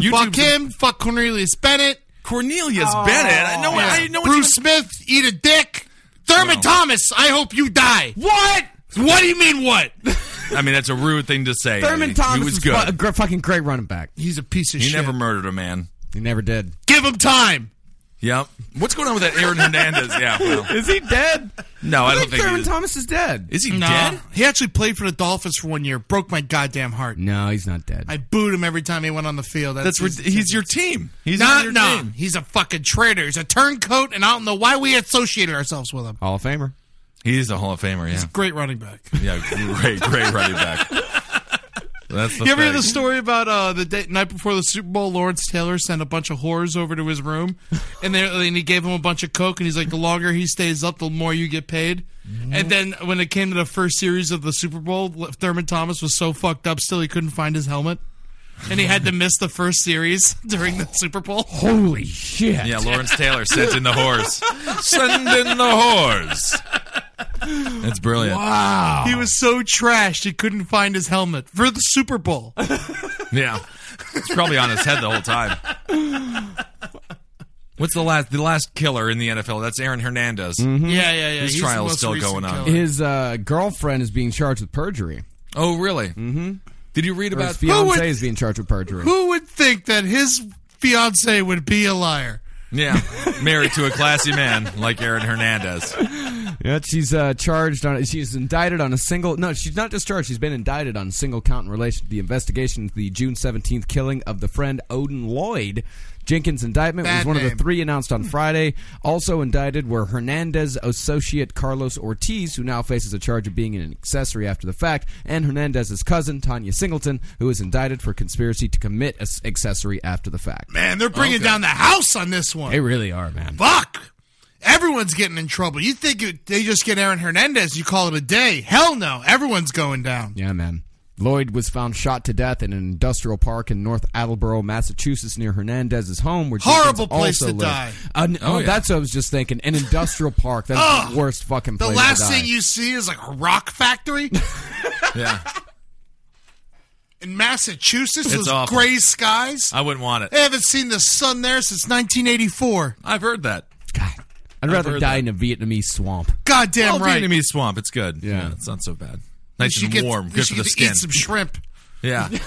Speaker 6: You
Speaker 8: Fuck him. Fuck Cornelius Bennett.
Speaker 6: Cornelius Bennett. I know. I know.
Speaker 8: Bruce Smith, eat a dick. Thurman
Speaker 6: No.
Speaker 8: Thomas, I hope you die. What? What do you mean what?
Speaker 6: I mean, that's a rude thing to say.
Speaker 7: Thurman
Speaker 6: He
Speaker 7: Thomas
Speaker 6: was
Speaker 7: was
Speaker 6: good.
Speaker 7: fu- a gr- fucking great running back.
Speaker 8: He's a piece of
Speaker 6: He
Speaker 8: shit.
Speaker 6: never murdered a man.
Speaker 7: He never did.
Speaker 8: Give him time.
Speaker 6: Yep. What's going on with that Aaron Hernandez? Yeah. Well,
Speaker 7: Is he dead?
Speaker 6: no, I
Speaker 7: I
Speaker 6: don't
Speaker 7: think
Speaker 6: think.
Speaker 7: Thurman
Speaker 6: he is.
Speaker 7: Thomas is dead.
Speaker 6: Is he
Speaker 8: Nah.
Speaker 6: dead?
Speaker 8: He actually played for the Dolphins for one year. Broke my goddamn heart.
Speaker 7: No, he's not dead.
Speaker 8: I booed him every time he went on the field.
Speaker 6: That's
Speaker 8: That's,
Speaker 6: rid-
Speaker 8: his-
Speaker 6: he's your team. He's on
Speaker 8: Nah,
Speaker 6: your
Speaker 8: nah.
Speaker 6: team.
Speaker 8: He's a fucking traitor. He's a turncoat, and I don't know why we associated ourselves with him.
Speaker 7: Hall of Famer.
Speaker 6: He's a Hall of Famer. Yeah.
Speaker 8: Great running back.
Speaker 6: Yeah. Great, great running back. That's the
Speaker 8: You ever hear
Speaker 6: thing.
Speaker 8: the story about uh, the day, night before the Super Bowl? Lawrence Taylor sent a bunch of whores over to his room, and, they, and he gave him a bunch of coke. And he's like, "The longer he stays up, the more you get paid." And then when it came to the first series of the Super Bowl, Thurman Thomas was so fucked up still he couldn't find his helmet, and he had to miss the first series during the Super Bowl.
Speaker 7: Holy shit.
Speaker 6: Yeah, Lawrence Taylor sent in the horse. Send in the horse. That's brilliant.
Speaker 8: He was so trashed he couldn't find his helmet for the Super Bowl.
Speaker 6: Yeah, it's probably on his head the whole time. What's the last the last killer in the NFL? That's Aaron Hernandez.
Speaker 8: Yeah, yeah, yeah.
Speaker 6: His
Speaker 8: He's the
Speaker 6: trial's
Speaker 8: most
Speaker 6: still
Speaker 8: recent
Speaker 6: going on.
Speaker 8: killer.
Speaker 7: His uh, girlfriend is being charged with perjury.
Speaker 6: Oh, really? Mm-hmm. Did you read
Speaker 7: Or his
Speaker 6: about?
Speaker 7: fiance
Speaker 8: would-
Speaker 7: is being charged with perjury.
Speaker 8: Who would think that his fiance would be a liar?
Speaker 6: Yeah, married to a classy man like Aaron Hernandez.
Speaker 7: Yeah, she's uh, charged on. She's indicted on a single. No, she's not just charged. She's been indicted on a single count in relation to the investigation into the June seventeenth killing of the friend Odin Lloyd. Jenkins' indictment was
Speaker 8: Bad
Speaker 7: one of the
Speaker 8: name.
Speaker 7: three announced on Friday. Also indicted were Hernandez associate Carlos Ortiz, who now faces a charge of being an accessory after the fact, and Hernandez's cousin Tanya Singleton, who is indicted for conspiracy to commit a s- accessory after the fact.
Speaker 8: Man, they're bringing down the house on this one.
Speaker 7: They really are, man.
Speaker 8: Fuck. Everyone's getting in trouble. You think it, they just get Aaron Hernandez, you call it a day. Hell no. Everyone's going down.
Speaker 7: Yeah, man. Lloyd was found shot to death in an industrial park in North Attleboro, Massachusetts, near Hernandez's home. Where Jenkins
Speaker 8: Horrible place
Speaker 7: also
Speaker 8: to
Speaker 7: lived.
Speaker 8: die.
Speaker 7: An-
Speaker 6: Oh,
Speaker 7: oh,
Speaker 6: yeah.
Speaker 7: that's what I was just thinking. An industrial park. That's the worst fucking
Speaker 8: The
Speaker 7: place. to
Speaker 8: last
Speaker 7: die.
Speaker 8: thing you see is like a rock factory
Speaker 6: Yeah,
Speaker 8: in Massachusetts
Speaker 6: It's
Speaker 8: with
Speaker 6: awful.
Speaker 8: gray skies.
Speaker 6: I wouldn't want
Speaker 8: I
Speaker 6: it.
Speaker 8: haven't seen the sun there since 1984.
Speaker 6: I've heard that.
Speaker 7: God, I'd rather
Speaker 6: heard
Speaker 7: die
Speaker 6: that.
Speaker 7: in a Vietnamese swamp.
Speaker 6: Well,
Speaker 8: Goddamn right.
Speaker 6: Vietnamese swamp. It's good.
Speaker 7: Yeah.
Speaker 6: it's not so bad.
Speaker 8: You
Speaker 6: Nice
Speaker 8: should
Speaker 6: and
Speaker 8: get-
Speaker 6: warm.
Speaker 8: you
Speaker 6: Good
Speaker 8: should
Speaker 6: for the
Speaker 8: get to
Speaker 6: skin.
Speaker 8: Eat some shrimp.
Speaker 6: Yeah.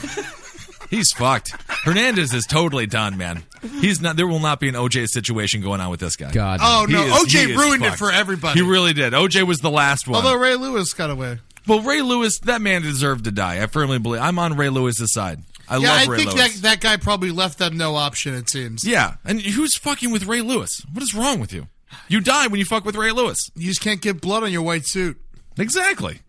Speaker 6: He's fucked. Hernandez is totally done, man. He's not. There will not be an OJ situation going on with this guy.
Speaker 7: God.
Speaker 8: Oh
Speaker 6: He
Speaker 8: no,
Speaker 6: is- he
Speaker 8: OJ
Speaker 6: is
Speaker 8: ruined it
Speaker 6: fucked.
Speaker 8: for everybody.
Speaker 6: He really did. OJ was the last one.
Speaker 8: Although Ray Lewis got away.
Speaker 6: well, Ray Lewis, that man deserved to die. I firmly believe. I'm on Ray Lewis's side. I
Speaker 8: Yeah,
Speaker 6: love
Speaker 8: I
Speaker 6: Ray
Speaker 8: think that,
Speaker 6: Lewis.
Speaker 8: that guy probably left them no option, it seems.
Speaker 6: yeah, and who's fucking with Ray Lewis? What is wrong with you? You die when you fuck with Ray Lewis.
Speaker 8: You just can't get blood on your white suit.
Speaker 6: Exactly.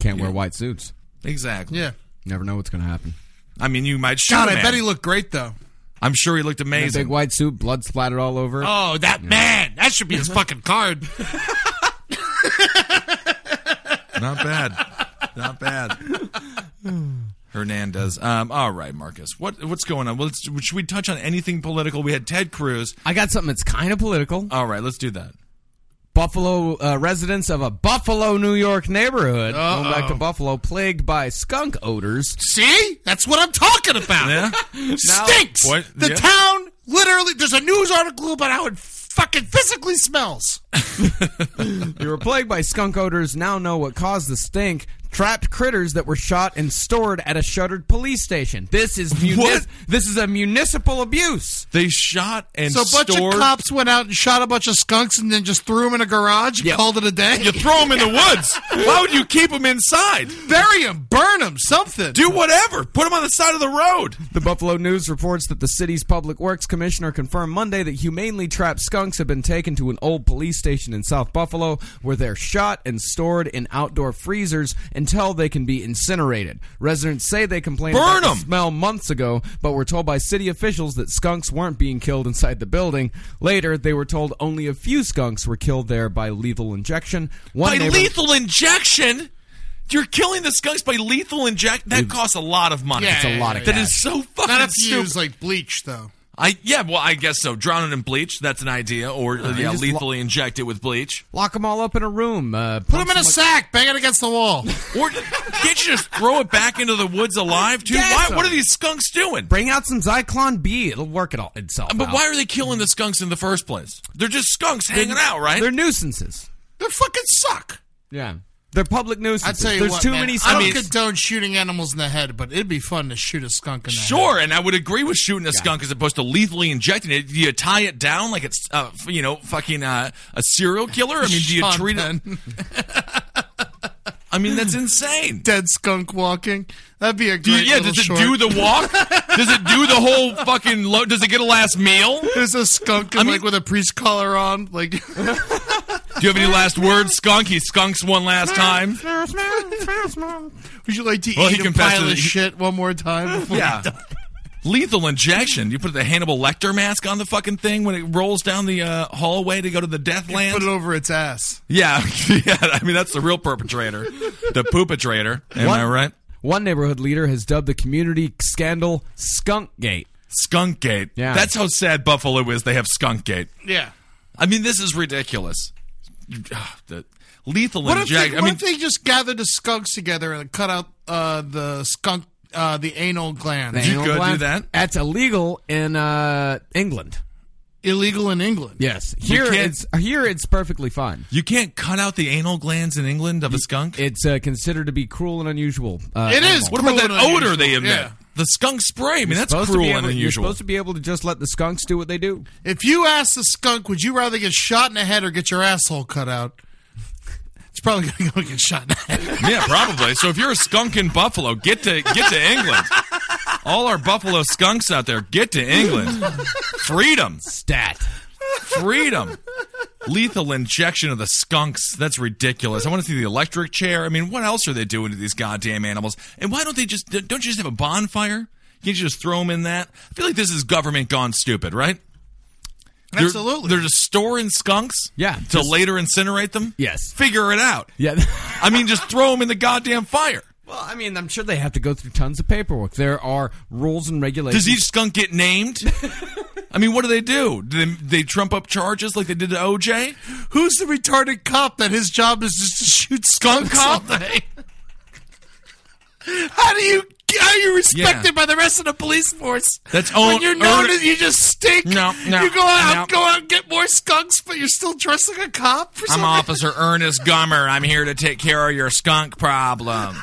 Speaker 7: Can't wear white suits.
Speaker 6: Exactly.
Speaker 8: Yeah.
Speaker 7: Never know what's going to happen.
Speaker 6: I mean, you might shoot
Speaker 8: God,
Speaker 6: a
Speaker 8: I
Speaker 6: man.
Speaker 8: bet he looked great though.
Speaker 6: I'm sure he looked
Speaker 7: A
Speaker 6: amazing.
Speaker 7: big white suit, blood splattered all over. it.
Speaker 8: Oh, that man! That should be his fucking card.
Speaker 6: Not bad. Not bad. Hernandez. Um, all right, Marcus. What what's going on? Well, let's, should we touch on anything political? We had Ted Cruz.
Speaker 7: I got something that's kind of political.
Speaker 6: All right, let's do that.
Speaker 7: Buffalo uh, residents of a Buffalo, New York neighborhood, going back to Buffalo, plagued by skunk odors.
Speaker 8: See, that's what I'm talking about.
Speaker 6: Yeah.
Speaker 8: Stinks.
Speaker 6: What?
Speaker 8: The
Speaker 6: Yeah.
Speaker 8: town literally. There's a news article about how it fucking physically smells.
Speaker 7: They were plagued by skunk odors, now know what caused the stink. trapped critters that were shot and stored at a shuttered police station. This is muni-
Speaker 6: What?
Speaker 7: this is a municipal abuse.
Speaker 6: They shot and
Speaker 8: So a bunch
Speaker 6: stored.
Speaker 8: of cops went out and shot a bunch of skunks and then just threw them in a garage and
Speaker 7: Yep.
Speaker 8: called it a day.
Speaker 6: You throw them in the woods. Why would you keep them inside?
Speaker 8: bury them, burn them, something.
Speaker 6: Do whatever. Put them on the side of the road.
Speaker 7: The Buffalo News reports that the city's public works commissioner confirmed Monday that humanely trapped skunks have been taken to an old police station in South Buffalo where they're shot and stored in outdoor freezers until they can be incinerated. Residents say they complained
Speaker 6: Burn
Speaker 7: about
Speaker 6: 'em!
Speaker 7: the smell months ago, but were told by city officials that skunks weren't being killed inside the building. Later, they were told only a few skunks were killed there by lethal injection. One
Speaker 6: by
Speaker 7: neighbor-
Speaker 6: lethal injection. You're killing the skunks by lethal injection. That costs a lot of money.
Speaker 8: Yeah, It's a lot yeah, of
Speaker 6: That
Speaker 8: cash.
Speaker 6: is so fucking
Speaker 8: Not if you
Speaker 6: stupid.
Speaker 8: use like bleach though.
Speaker 6: I yeah, well, I guess so. Drown it in bleach. That's an idea, or uh, yeah,
Speaker 7: just
Speaker 6: lethally inject it with bleach,
Speaker 7: Lock them all up in a room. Uh,
Speaker 8: Put them in a sack, bang it against the wall.
Speaker 6: or can't you just throw it back into the woods alive, dude?
Speaker 7: Yes.
Speaker 6: Why? What are these skunks doing?
Speaker 7: Bring out some Zyklon B. It'll work it all itself.
Speaker 6: But
Speaker 7: out.
Speaker 6: why are they killing the skunks in the first place? They're just skunks hanging out, right?
Speaker 7: They're nuisances.
Speaker 8: they fucking suck.
Speaker 7: Yeah. They're public
Speaker 8: I
Speaker 7: nuisances.
Speaker 8: tell you
Speaker 7: There's
Speaker 8: what,
Speaker 7: too
Speaker 8: man,
Speaker 7: many
Speaker 8: I don't
Speaker 7: skunks.
Speaker 8: condone shooting animals in the head, but it'd be fun to shoot a skunk in the head.
Speaker 6: Sure, and I would agree with shooting a skunk as opposed to lethally injecting it. Do you tie it down like it's, uh, f- you know, fucking uh, a serial killer? I mean, do you
Speaker 8: Sean
Speaker 6: treat it?
Speaker 8: Penn.
Speaker 6: I mean, that's insane.
Speaker 8: dead skunk walking? That'd be a
Speaker 6: Do you-
Speaker 8: great
Speaker 6: yeah,
Speaker 8: little
Speaker 6: does it
Speaker 8: short.
Speaker 6: do the walk? does it do the whole fucking? Lo- does it get a last meal? Do
Speaker 8: There's a skunk
Speaker 6: I mean-
Speaker 8: like with a priest collar on, like
Speaker 6: you have any last words, skunk? He skunks one last time.
Speaker 8: Would you like to
Speaker 6: Well, he
Speaker 8: eat a
Speaker 6: confessed
Speaker 8: pile
Speaker 6: that he-
Speaker 8: of shit one more time? before
Speaker 6: Yeah.
Speaker 8: we die?
Speaker 6: Lethal injection. You put the Hannibal Lecter mask on the fucking thing when it rolls down the uh, hallway to go to the
Speaker 8: Put it
Speaker 6: Deathlands.
Speaker 8: over its ass.
Speaker 6: Yeah, yeah. I mean, that's the real perpetrator, the poopetrator. Am I
Speaker 7: What?
Speaker 6: right?
Speaker 7: One neighborhood leader has dubbed the community scandal Skunk Gate.
Speaker 6: Skunk Gate.
Speaker 7: Yeah.
Speaker 6: That's how sad Buffalo is. They have Skunk Gate.
Speaker 8: Yeah.
Speaker 6: I mean, this is ridiculous. Ah, the lethal
Speaker 8: What if, they,
Speaker 6: injection. I
Speaker 8: what
Speaker 6: mean,
Speaker 8: if they just gathered the skunks together and cut out uh, the skunk, uh, the anal gland?
Speaker 6: You could do that.
Speaker 7: That's illegal in uh, England.
Speaker 8: Illegal in England.
Speaker 7: Yes. Here
Speaker 6: can't-
Speaker 7: it's here it's perfectly fine.
Speaker 6: you can't cut out the anal glands in England of a skunk.
Speaker 7: It's uh, considered to be cruel and unusual. Uh,
Speaker 8: It is.
Speaker 6: what about that
Speaker 8: cruel and
Speaker 6: odor
Speaker 8: unusual.
Speaker 6: they emit?
Speaker 8: Yeah.
Speaker 6: The skunk spray. I mean, that's
Speaker 7: supposed to
Speaker 6: cruel
Speaker 7: be
Speaker 6: and
Speaker 7: able- You're
Speaker 6: unusual.
Speaker 7: supposed to be able to just let the skunks do what they do.
Speaker 8: If you ask the skunk, would you rather get shot in the head or get your asshole cut out? It's probably going to go get shot in the head.
Speaker 6: yeah, probably. So if you're a skunk in Buffalo, get to get to England. All our Buffalo skunks out there, get to England. Freedom,
Speaker 7: Stat.
Speaker 6: freedom. Lethal injection of the skunks. That's ridiculous. I want to see the electric chair. I mean, what else are they doing to these goddamn animals? And why don't they just don't you just have a bonfire? Can't you just throw them in that? I feel like this is government gone stupid, right? They're-
Speaker 8: Absolutely.
Speaker 6: They're just storing skunks.
Speaker 7: Yeah,
Speaker 6: To
Speaker 7: just-
Speaker 6: later incinerate them.
Speaker 7: Yes.
Speaker 6: Figure it out.
Speaker 7: Yeah.
Speaker 6: I mean, just throw them in the goddamn fire.
Speaker 7: well, I mean, I'm sure they have to go through tons of paperwork. There are rules and regulations.
Speaker 6: Does each skunk get named? I mean, what do they do? Do they, they trump up charges like they did to OJ?
Speaker 8: Who's the retarded cop that his job is just to shoot skunk cop? How do you how are you respected
Speaker 6: Yeah.
Speaker 8: by the rest of the police force?
Speaker 6: That's
Speaker 8: when
Speaker 6: own-
Speaker 8: you're known
Speaker 6: earn-
Speaker 8: as you just stink.
Speaker 6: No, no,
Speaker 8: you go out,
Speaker 6: no.
Speaker 8: go out and get more skunks, but you're still dressed like a cop. For some
Speaker 6: I'm
Speaker 8: reason.
Speaker 6: Officer Ernest Gummer. I'm here to take care of your skunk problem.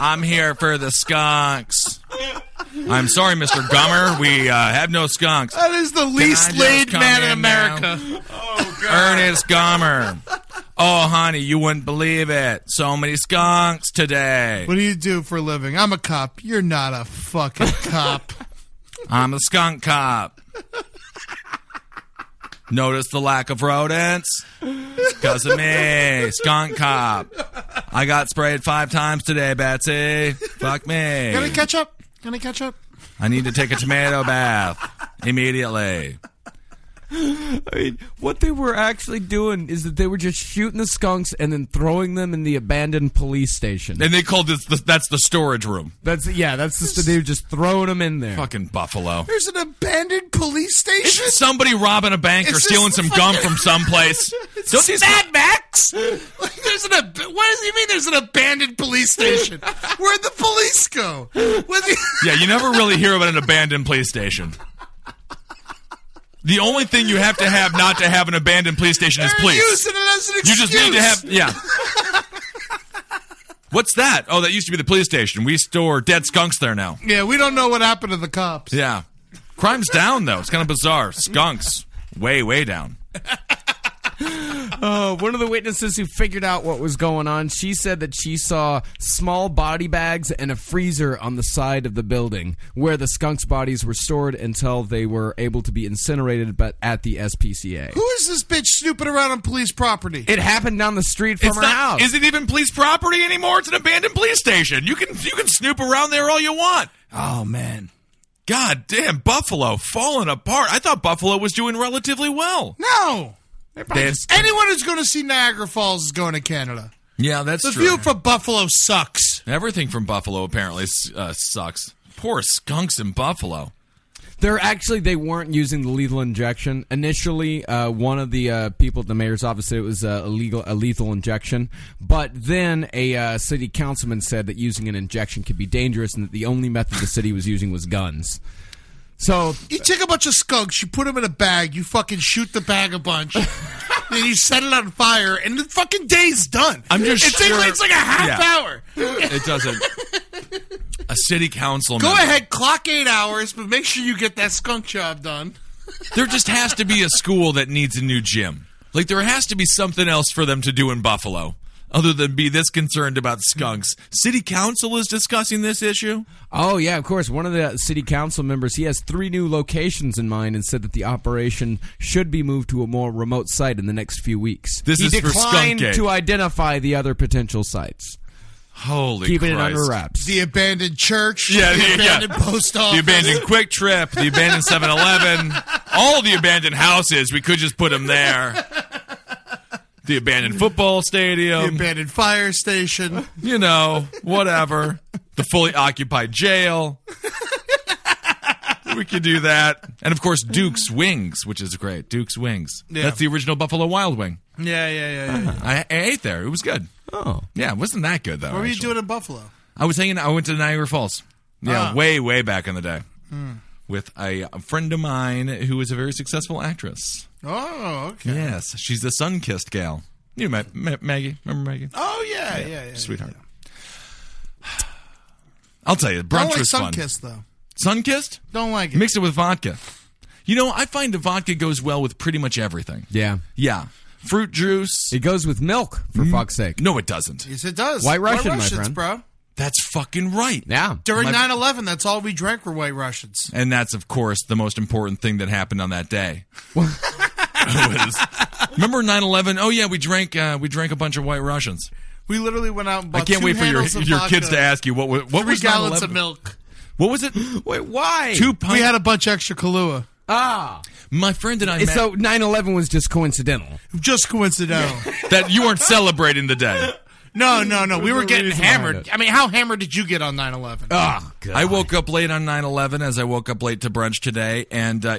Speaker 6: I'm here for the skunks. I'm sorry, Mr. Gummer. We uh, have no skunks.
Speaker 8: That is the least
Speaker 6: just
Speaker 8: laid
Speaker 6: come
Speaker 8: man in
Speaker 6: in now?
Speaker 8: America.
Speaker 6: Ernest Gummer. Oh, honey, you wouldn't believe it. So many skunks today.
Speaker 8: What do you do for a living? I'm a cop. You're not a fucking cop.
Speaker 6: I'm a skunk cop. Notice the lack of rodents? Because of me, skunk cop. I got sprayed five times today, Betsy. Fuck
Speaker 8: Can I
Speaker 6: me.
Speaker 8: catch up? Can I catch up?
Speaker 6: I need to take a tomato bath immediately.
Speaker 7: I mean, what they were actually doing is that they were just shooting the skunks and then throwing them in the abandoned police station.
Speaker 6: And they called this the, that's the storage room.
Speaker 7: That's yeah, that's just they were just throwing them in there.
Speaker 6: Fucking Buffalo.
Speaker 8: There's an abandoned police station.
Speaker 6: Somebody robbing a bank or
Speaker 8: Is this
Speaker 6: stealing
Speaker 8: the
Speaker 6: some gum
Speaker 8: fucking-
Speaker 6: from someplace. Don't these
Speaker 8: Mad Max? Like, there's an ab- what does he mean? There's an abandoned police station. Where'd the police go? Where'd the-
Speaker 6: Yeah, you never really hear about an abandoned police station. The only thing you have to have not to have an abandoned police station is
Speaker 8: They're
Speaker 6: police.
Speaker 8: using it as an
Speaker 6: You
Speaker 8: excuse.
Speaker 6: just need to have yeah. What's that? Oh, that used to be the police station. We store dead skunks there now.
Speaker 8: Yeah, we don't know what happened to the cops.
Speaker 6: Yeah. Crime's down, though. It's kind of bizarre. Skunks, way, way down.
Speaker 7: Uh, one of the witnesses who figured out what was going on, she said that she saw small body bags and a freezer on the side of the building where the skunks' bodies were stored until they were able to be incinerated, but at the SPCA.
Speaker 8: Who is this bitch snooping around on police property?
Speaker 7: It happened down the street from
Speaker 6: It's
Speaker 7: her
Speaker 6: not-
Speaker 7: house.
Speaker 6: Is it even police property anymore? It's an abandoned police station. You can you can snoop around there all you want.
Speaker 7: oh man,
Speaker 6: God damn, Buffalo falling apart. I thought Buffalo was doing relatively well.
Speaker 8: no.
Speaker 6: That's-
Speaker 8: Anyone who's going to see Niagara Falls is going to Canada.
Speaker 6: yeah, that's
Speaker 8: The
Speaker 6: true.
Speaker 8: view from Buffalo sucks.
Speaker 6: Everything from Buffalo apparently s- uh, sucks. Poor skunks in Buffalo.
Speaker 7: They're actually they weren't using the lethal injection initially. Uh, one of the uh, people at the mayor's office said it was uh, illegal a lethal injection, but then a uh, city councilman said that using an injection could be dangerous and that the only method the city was using was guns. So
Speaker 8: You take a bunch of skunks, you put them in a bag, you fucking shoot the bag a bunch, then you set it on fire, and the fucking day's done.
Speaker 6: I'm just
Speaker 8: it's, like-
Speaker 6: sure-
Speaker 8: it's like a half
Speaker 6: Yeah.
Speaker 8: hour.
Speaker 6: It doesn't. a city council.
Speaker 8: Go
Speaker 6: member-
Speaker 8: ahead, clock eight hours, but make sure you get that skunk job done.
Speaker 6: There just has to be a school that needs a new gym. Like there has to be something else for them to do in Buffalo. Other than be this concerned about skunks, city council is discussing this issue.
Speaker 7: Oh yeah, of course. One of the city council members, he has three new locations in mind, and said that the operation should be moved to a more remote site in the next few weeks.
Speaker 6: This
Speaker 7: he
Speaker 6: is for
Speaker 7: declined
Speaker 6: Skunkgate.
Speaker 7: to identify the other potential sites,
Speaker 6: Holy,
Speaker 7: keeping it
Speaker 6: Christ.
Speaker 7: under wraps.
Speaker 8: The abandoned chch,
Speaker 6: Yeah,
Speaker 8: the
Speaker 6: yeah, yeah.
Speaker 8: abandoned post office.
Speaker 6: The abandoned Quick Trip, the abandoned 7-Eleven, all the abandoned houses. We could just put them there. The abandoned football
Speaker 8: the
Speaker 6: stadium,
Speaker 8: abandoned fire station.
Speaker 6: you know, whatever. The fully occupied jail. We could do that. And of course, Duke's Wings, which is great. Duke's Wings.
Speaker 8: Yeah.
Speaker 6: That's the original Buffalo Wild Wing.
Speaker 8: Yeah, yeah, yeah. yeah.
Speaker 6: I, I ate there. It was good.
Speaker 7: Oh,
Speaker 6: Yeah, it wasn't that good, though.
Speaker 8: What were you
Speaker 6: actually.
Speaker 8: doing in Buffalo?
Speaker 6: I was hanging. I went to Niagara Falls. Yeah,
Speaker 8: Ah. Hmm.
Speaker 6: way way back in the day, with a friend of mine who is a very successful actress.
Speaker 8: Oh, okay.
Speaker 6: Yes, she's the sun-kissed gal. You met Ma- Maggie. Remember Maggie?
Speaker 8: Oh, yeah, yeah, yeah. yeah
Speaker 6: Sweetheart. I'll tell you,
Speaker 8: Don't
Speaker 6: brunch
Speaker 8: like
Speaker 6: was
Speaker 8: sun
Speaker 6: fun.
Speaker 8: kiss though.
Speaker 6: Sun-kissed?
Speaker 8: Don't like it.
Speaker 6: Mix it with vodka. You know, I find the vodka goes well with pretty much everything.
Speaker 7: yeah.
Speaker 6: Yeah, fruit juice.
Speaker 7: It goes with milk, for fuck's sake.
Speaker 6: no, it doesn't.
Speaker 8: yes, it does.
Speaker 7: White Russian, my
Speaker 8: White Russians,
Speaker 7: friend.
Speaker 8: bro.
Speaker 6: That's fucking right.
Speaker 7: Yeah.
Speaker 8: During
Speaker 6: My-
Speaker 8: 9 11, that's all we drank were White Russians.
Speaker 6: And that's, of course, the most important thing that happened on that day. Was- remember 9-11? Oh, yeah, we drank, uh, we drank a bunch of White Russians.
Speaker 8: We literally went out and
Speaker 6: I
Speaker 8: bought
Speaker 6: can't
Speaker 8: two
Speaker 6: wait for your,
Speaker 8: handles of
Speaker 6: your
Speaker 8: vodka,
Speaker 6: kids to ask you, what, wa- what
Speaker 8: Three
Speaker 6: was 9/11?
Speaker 8: gallons of milk.
Speaker 6: What was it?
Speaker 7: Wait, why?
Speaker 6: Two pints.
Speaker 8: We had a bunch extra Kahlua.
Speaker 7: ah.
Speaker 6: My friend and I met
Speaker 7: So 9/11 was just coincidental.
Speaker 8: Just coincidental.
Speaker 6: that you weren't celebrating the day.
Speaker 8: no, no, no. We were
Speaker 7: no
Speaker 8: getting
Speaker 7: reason behind
Speaker 8: hammered.
Speaker 7: it.
Speaker 8: I mean, how hammered did you get on 9 11?
Speaker 7: Oh, God.
Speaker 6: I woke up late on 9-11 as I woke up late to brunch today and uh,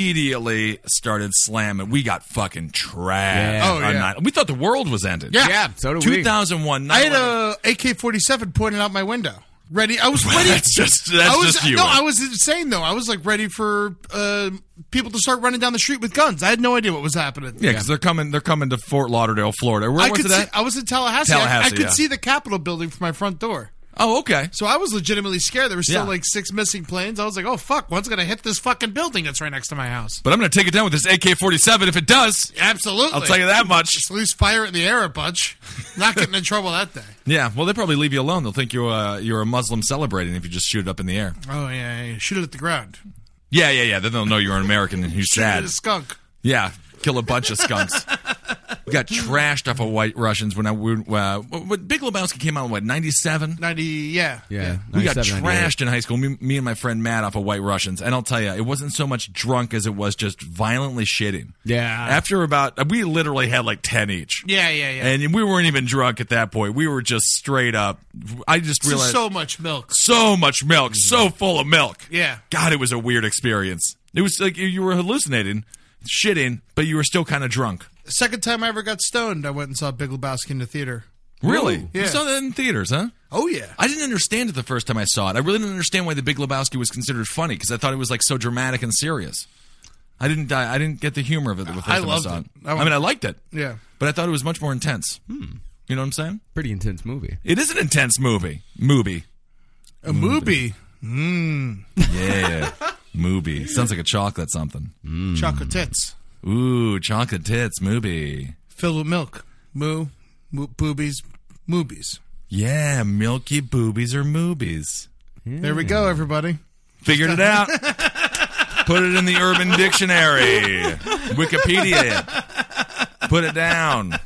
Speaker 6: immediately started slamming. We got fucking trashed.
Speaker 7: Yeah.
Speaker 8: Oh,
Speaker 6: on
Speaker 8: yeah.
Speaker 6: 9 we thought the world was ended.
Speaker 8: Yeah.
Speaker 7: Yeah, so did we.
Speaker 6: 2001.
Speaker 8: I had
Speaker 6: 9/11.
Speaker 8: a AK 47 pointed out my window. Ready? I was ready.
Speaker 6: That's just- that's
Speaker 8: I was,
Speaker 6: just you.
Speaker 8: No, I was insane, though. I was like ready for uh, people to start running down the street with guns. I had no idea what was happening.
Speaker 6: Yeah, because they're coming. They're coming to Fort Lauderdale, Florida. Where
Speaker 8: I
Speaker 6: was
Speaker 8: could
Speaker 6: it
Speaker 8: see,
Speaker 6: at?
Speaker 8: I was in Tallahassee. I- I,
Speaker 6: Tallahassee,
Speaker 8: could
Speaker 6: yeah.
Speaker 8: see the Capitol building from my front door.
Speaker 6: oh, okay.
Speaker 8: So I was legitimately scared. There were still
Speaker 6: Yeah.
Speaker 8: like six missing planes. I was like, oh fuck, one's gonna hit this fucking building that's right next to my house.
Speaker 6: But I'm going to take it down with this AK-47 if it does.
Speaker 8: Absolutely.
Speaker 6: I'll tell you that much.
Speaker 8: Just at least fire it in the air a bunch. Not getting in trouble that day.
Speaker 6: Yeah. Well, they probably leave you alone. They'll think you're uh, you're a Muslim celebrating if you just shoot it up in the air.
Speaker 8: Oh yeah, yeah, yeah. shoot it at the ground.
Speaker 6: Yeah, yeah, yeah. Then they'll know you're an American and you're
Speaker 8: Shoot it at
Speaker 6: sad.
Speaker 8: a skunk.
Speaker 6: Yeah, kill a bunch of skunks. We got trashed off of White Russians when I when, uh, when Big Lebowski came out. in, What 97?
Speaker 8: Ninety. Yeah.
Speaker 7: Yeah.
Speaker 6: We got
Speaker 7: 97, 98.
Speaker 6: trashed in high school. Me, me and my friend Matt off of White Russians, and I'll tell you, it wasn't so much drunk as it was just violently shitting.
Speaker 7: Yeah.
Speaker 6: After about, we literally had like ten each.
Speaker 8: Yeah. Yeah. Yeah.
Speaker 6: And we weren't even drunk at that point. We were just straight up. I just
Speaker 8: This is
Speaker 6: realized so,
Speaker 8: so much milk.
Speaker 6: much milk, so full of milk.
Speaker 8: Mm-hmm. Yeah.
Speaker 6: God, it was a weird experience. It was like you- you were hallucinating, shitting, but you were still kind of drunk.
Speaker 8: Second time I ever got stoned, I went and saw Big Lebowski in the theater.
Speaker 6: Really?
Speaker 8: yeah.
Speaker 6: You saw that in theaters, huh?
Speaker 8: Oh yeah.
Speaker 6: I didn't understand it the first time I saw it. I really didn't understand why The Big Lebowski was considered funny because I thought it was like so dramatic and serious. I didn't die. I didn't get the humor of it the first
Speaker 8: I
Speaker 6: time
Speaker 8: loved
Speaker 6: I saw
Speaker 8: it.
Speaker 6: it.
Speaker 8: I
Speaker 6: I,
Speaker 8: was-
Speaker 6: mean, I liked it.
Speaker 8: Yeah. Hmm.
Speaker 6: But I thought it was much more intense. You know what I'm saying?
Speaker 7: Pretty intense movie.
Speaker 6: It is an intense movie. Movie.
Speaker 4: A movie.
Speaker 6: Yeah. movie. Sounds like a chocolate something.
Speaker 4: Chocolate tits.
Speaker 6: Ooh, chocolate tits. Movie.
Speaker 4: Filled with milk. Moo. Mo- boobies. Moobies.
Speaker 6: Yeah, milky boobies or movies.
Speaker 4: There we
Speaker 6: Mm.
Speaker 4: go, everybody.
Speaker 6: Figured it out. Put it in the Urban Dictionary, Wikipedia. it. Put it down.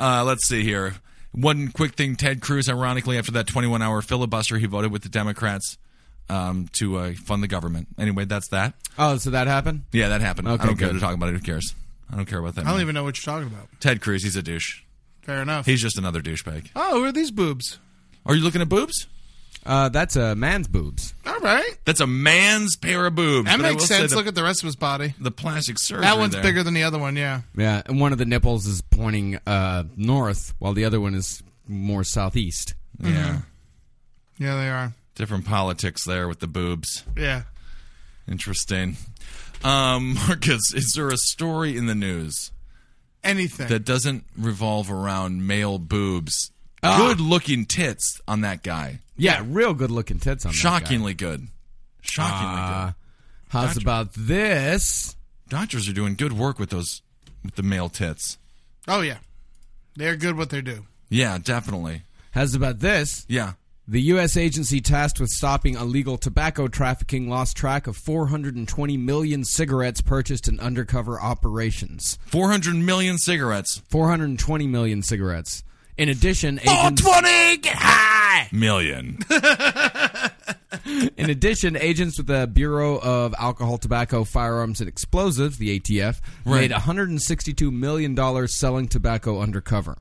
Speaker 6: Uh, let's see here. One quick thing: Ted Cruz, ironically, after that 21-hour filibuster, he voted with the Democrats um, to uh, fund the government. Anyway, that's that.
Speaker 7: Oh, so that happened?
Speaker 6: Yeah, that happened.
Speaker 7: Okay,
Speaker 6: I don't care
Speaker 7: good.
Speaker 6: to talk about it. Who cares? I don't care about that.
Speaker 4: I don't
Speaker 6: man.
Speaker 4: even know what you're talking about.
Speaker 6: Ted Cruz, he's a douche.
Speaker 4: Fair enough.
Speaker 6: He's just another douchebag.
Speaker 4: oh, who are these boobs?
Speaker 6: Are you looking at boobs?
Speaker 7: Uh, that's a man's boobs.
Speaker 4: All right.
Speaker 6: That's a man's pair of boobs.
Speaker 4: That
Speaker 6: but I
Speaker 4: makes
Speaker 6: will say
Speaker 4: sense.
Speaker 6: The,
Speaker 4: Look at the rest of his body.
Speaker 6: the plastic surgery.
Speaker 4: That one's
Speaker 6: there.
Speaker 4: bigger than the other one, yeah.
Speaker 7: Yeah, and one of the nipples is pointing uh, north, while the other one is more southeast.
Speaker 6: Yeah.
Speaker 4: Mm-hmm. Yeah, they are.
Speaker 6: Different politics there with the boobs.
Speaker 4: Yeah.
Speaker 6: Interesting. Um, Marcus, is there a story in the news
Speaker 4: Anything.
Speaker 6: that doesn't revolve around male boobs? Good looking tits on that guy.
Speaker 7: Yeah, real good looking tits on that guy.
Speaker 6: Shockingly good. Shockingly
Speaker 7: Uh,
Speaker 6: good.
Speaker 7: how's about this?
Speaker 6: Doctors are doing good work with those with the male tits.
Speaker 4: oh, yeah. They're good what they do.
Speaker 6: Yeah, definitely.
Speaker 7: How's about this?
Speaker 6: Yeah.
Speaker 7: The U.S. agency tasked with stopping illegal tobacco trafficking lost track of 420 million cigarettes purchased in undercover operations.
Speaker 6: 400 million cigarettes.
Speaker 7: 420 million cigarettes. In addition,
Speaker 6: Oh,
Speaker 7: agents,
Speaker 6: 420 get high. Million.
Speaker 7: in addition, agents with the Bureau of Alcohol, Tobacco, Firearms, and Explosives, the ATF,
Speaker 6: Right.
Speaker 7: made 162 million dollars selling tobacco undercover,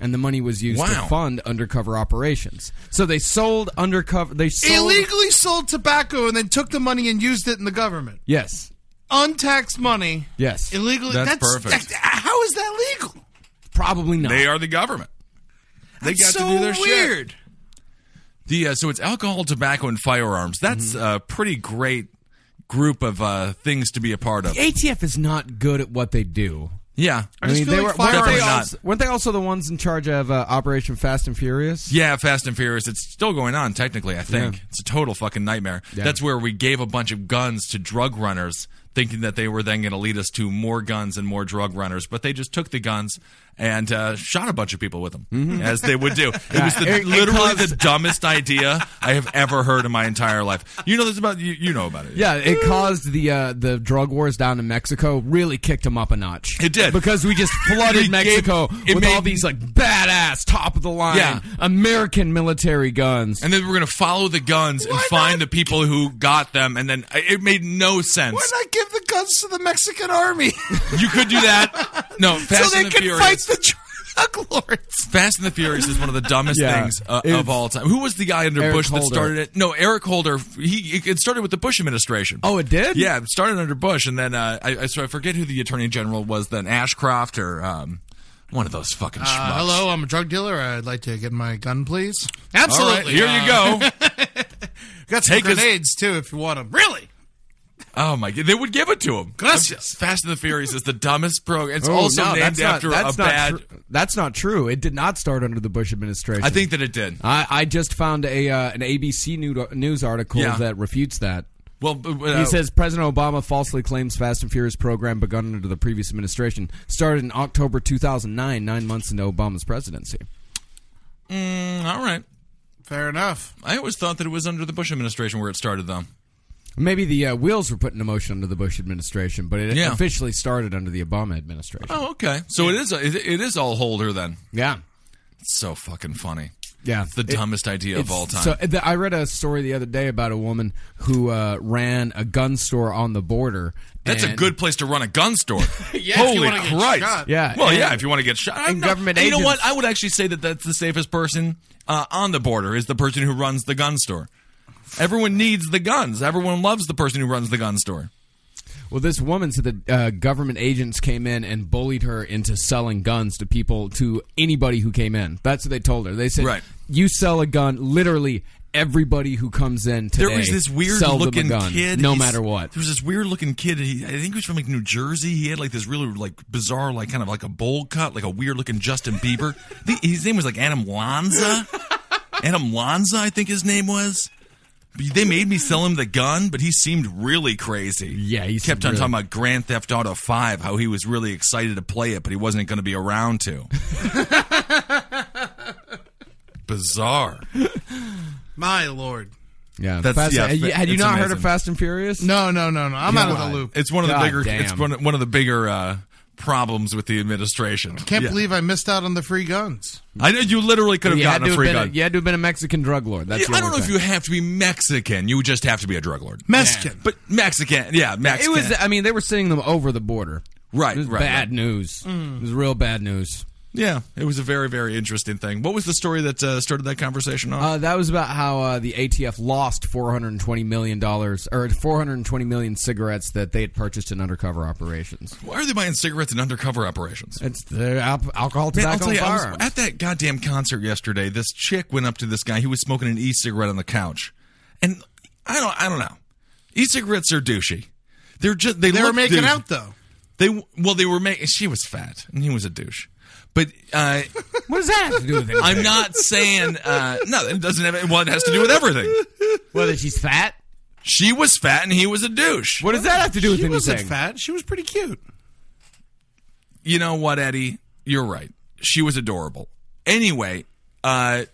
Speaker 7: and the money was used
Speaker 6: Wow.
Speaker 7: to fund undercover operations. So they sold undercover. They sold,
Speaker 4: Illegally sold tobacco and then took the money and used it in the government.
Speaker 7: Yes.
Speaker 4: Untaxed money.
Speaker 7: Yes.
Speaker 4: Illegally.
Speaker 6: That's
Speaker 4: That's,
Speaker 6: perfect.
Speaker 4: that- how is that legal?
Speaker 7: Probably not.
Speaker 6: They are the government. They got
Speaker 4: so
Speaker 6: to do their shit.
Speaker 4: weird.
Speaker 6: The uh, so it's alcohol, tobacco, and firearms. That's a pretty great group of uh, things to be a part of.
Speaker 7: ATF is not good at what they do.
Speaker 6: Yeah,
Speaker 4: I just feel
Speaker 7: they
Speaker 4: like
Speaker 7: were, weren't, they
Speaker 6: firearms-
Speaker 7: also, weren't they also the ones in charge of uh, Operation Fast and Furious?
Speaker 6: yeah. Fast and Furious. It's still going on technically. I think it's a total fucking nightmare. That's where we gave a bunch of guns to drug runners, thinking that they were then going to lead us to more guns and more drug runners. But they just took the guns and uh, shot a bunch of people with them, as they would do. It was the,
Speaker 7: It- it
Speaker 6: literally
Speaker 7: caused-
Speaker 6: the dumbest idea I have ever heard in my entire life. You know this about you, you know about it.
Speaker 7: Yeah, it caused the uh, the drug wars down in Mexico really kicked them up a notch.
Speaker 6: It did.
Speaker 7: because we just
Speaker 6: We
Speaker 7: flooded
Speaker 6: gave-
Speaker 7: Mexico
Speaker 6: it
Speaker 7: with
Speaker 6: made-
Speaker 7: all these like badass, top of the line
Speaker 6: Yeah.
Speaker 7: American military guns.
Speaker 6: And then we're going to follow the guns and find the people who got them. And then it made no sense.
Speaker 4: Why not give the guns to the Mexican army
Speaker 6: You could do that. No, Fast
Speaker 4: so they
Speaker 6: and the
Speaker 4: can
Speaker 6: Furious.
Speaker 4: fight the drug lords?
Speaker 6: Fast and the Furious is one of the dumbest
Speaker 7: Yeah.
Speaker 6: things uh,
Speaker 7: It's-
Speaker 6: of all time. Who was the guy under
Speaker 7: Eric
Speaker 6: Bush that
Speaker 7: Holder.
Speaker 6: started it? No, Eric Holder. He it started with the Bush administration.
Speaker 7: oh, it did.
Speaker 6: yeah, it started under Bush, and then uh, I, I so I forget who the Attorney General was then, Ashcroft or um, one of those fucking schmucks.
Speaker 4: Uh, hello, I'm a drug dealer. I'd like to get my gun, please.
Speaker 6: All right,
Speaker 4: Absolutely.
Speaker 6: here
Speaker 4: Uh,
Speaker 6: you go.
Speaker 4: Got some
Speaker 6: Take his-
Speaker 4: grenades too, if you want them. Really?
Speaker 6: Oh my god, they would give it to him.
Speaker 4: Gracias.
Speaker 6: Fast and the Furious is the dumbest program. It's
Speaker 7: Oh,
Speaker 6: also
Speaker 7: no,
Speaker 6: named
Speaker 7: that's not-
Speaker 6: after
Speaker 7: that's
Speaker 6: a
Speaker 7: not
Speaker 6: bad.
Speaker 7: tru- that's not true. It did not start under the Bush administration.
Speaker 6: I think that it did.
Speaker 7: I, I just found a uh, an ABC new- news article
Speaker 6: Yeah.
Speaker 7: that refutes that.
Speaker 6: Well, b- b-
Speaker 7: He
Speaker 6: uh,
Speaker 7: says President Obama falsely claims Fast and Furious program begun under the previous administration started in October 2009, nine months into Obama's presidency.
Speaker 6: all right.
Speaker 4: Fair enough.
Speaker 6: I always thought that it was under the Bush administration where it started, though.
Speaker 7: Maybe the uh, wheels were put into motion under the Bush administration, but it
Speaker 6: Yeah.
Speaker 7: officially started under the Obama administration.
Speaker 6: Oh, okay. So it is. It, it is all Holder then.
Speaker 7: Yeah,
Speaker 6: It's so fucking funny.
Speaker 7: yeah.
Speaker 6: It's the
Speaker 7: It-
Speaker 6: dumbest idea of
Speaker 7: it's-
Speaker 6: all time.
Speaker 7: So the, I read a story the other day about a woman who uh, ran a gun store on the border.
Speaker 6: That's a
Speaker 7: and-
Speaker 6: good place to run a gun store.
Speaker 4: Yeah, if you
Speaker 6: Holy
Speaker 4: wanna get
Speaker 6: Christ!
Speaker 4: shot.
Speaker 7: Yeah,
Speaker 6: Well,
Speaker 7: and-
Speaker 6: yeah. If you want to get shot, I'm
Speaker 7: and
Speaker 6: not-
Speaker 7: government
Speaker 6: You know what?
Speaker 7: agents-
Speaker 6: I would actually say that that's the safest person uh, on the border is the person who runs the gun store. Everyone needs the guns. Everyone loves the person who runs the gun store.
Speaker 7: Well, this woman said that uh, government agents came in and bullied her into selling guns to people, to anybody who came in. That's what they told her. They said,
Speaker 6: Right.
Speaker 7: "You sell a gun, literally everybody who comes in today.
Speaker 6: There was this weird
Speaker 7: sell them a
Speaker 6: looking
Speaker 7: gun,
Speaker 6: kid.
Speaker 7: no
Speaker 6: He's-
Speaker 7: matter what.
Speaker 6: There was this weird looking kid. He, I think he was from like New Jersey. He had like this really like bizarre, like kind of like a bowl cut, like a weird looking Justin Bieber. The- his name was like Adam Lanza. Adam Lanza, I think his name was. They made me sell him the gun, but he seemed really crazy.
Speaker 7: Yeah, he
Speaker 6: kept
Speaker 7: seemed
Speaker 6: on
Speaker 7: really-
Speaker 6: talking about Grand Theft Auto Five, how he was really excited to play it, but he wasn't going to be around to. Bizarre.
Speaker 8: My lord.
Speaker 7: Yeah,
Speaker 6: That's-
Speaker 7: Fast-
Speaker 6: yeah,
Speaker 7: had you, had you
Speaker 6: it's
Speaker 7: not heard
Speaker 6: amazing.
Speaker 7: of Fast and Furious?
Speaker 8: No, no, no, no. I'm out of the loop.
Speaker 6: It's one of the
Speaker 7: God
Speaker 6: bigger.
Speaker 7: damn.
Speaker 6: It's one, one of the bigger uh, problems with the administration.
Speaker 8: Can't
Speaker 6: Yeah.
Speaker 8: believe I missed out on the free guns.
Speaker 6: I know you literally could have
Speaker 7: You had,
Speaker 6: gotten
Speaker 7: to
Speaker 6: a
Speaker 7: have
Speaker 6: free
Speaker 7: been
Speaker 6: gun.
Speaker 7: a, you had to have been a Mexican drug lord. That's
Speaker 6: Yeah,
Speaker 7: the
Speaker 6: I don't know
Speaker 7: only
Speaker 6: if you
Speaker 7: thing.
Speaker 6: have to be Mexican. You just have to be a drug lord.
Speaker 8: Mexican.
Speaker 6: But Mexican, yeah,
Speaker 7: It
Speaker 6: Mexican.
Speaker 7: was. I mean, they were sending them over the border.
Speaker 6: right,
Speaker 7: It was
Speaker 6: right,
Speaker 7: bad
Speaker 6: right. Mm.
Speaker 7: news. It was real bad news.
Speaker 6: Yeah, it was a very, very interesting thing. What was the story that uh, started that conversation off?
Speaker 7: Uh, that was about how uh, the ATF lost 420 million dollars or 420 million cigarettes that they had purchased in undercover operations.
Speaker 6: Why are they buying cigarettes in undercover operations?
Speaker 7: It's the al- alcohol,
Speaker 6: Man, I'll
Speaker 7: tobacco,
Speaker 6: tell you, I was
Speaker 7: firearms.
Speaker 6: at that goddamn concert yesterday. This chick went up to this guy. He was smoking an e-cigarette on the couch, and I don't, I don't know. E-cigarettes are douchey. They're just they,
Speaker 8: They were
Speaker 6: look
Speaker 8: making
Speaker 6: douche-
Speaker 8: out though.
Speaker 6: They well, they were making. She was fat, and he was a douche. But uh,
Speaker 7: what does that have to do with it?
Speaker 6: I'm not saying uh, no. It doesn't have. Well, it has to do with everything.
Speaker 7: Whether she's fat.
Speaker 6: She was fat, and he was a douche.
Speaker 7: What does that have to do with
Speaker 8: She wasn't
Speaker 7: anything?
Speaker 8: fat. She was pretty cute.
Speaker 6: you know what, Eddie? You're right. She was adorable. Anyway, uh,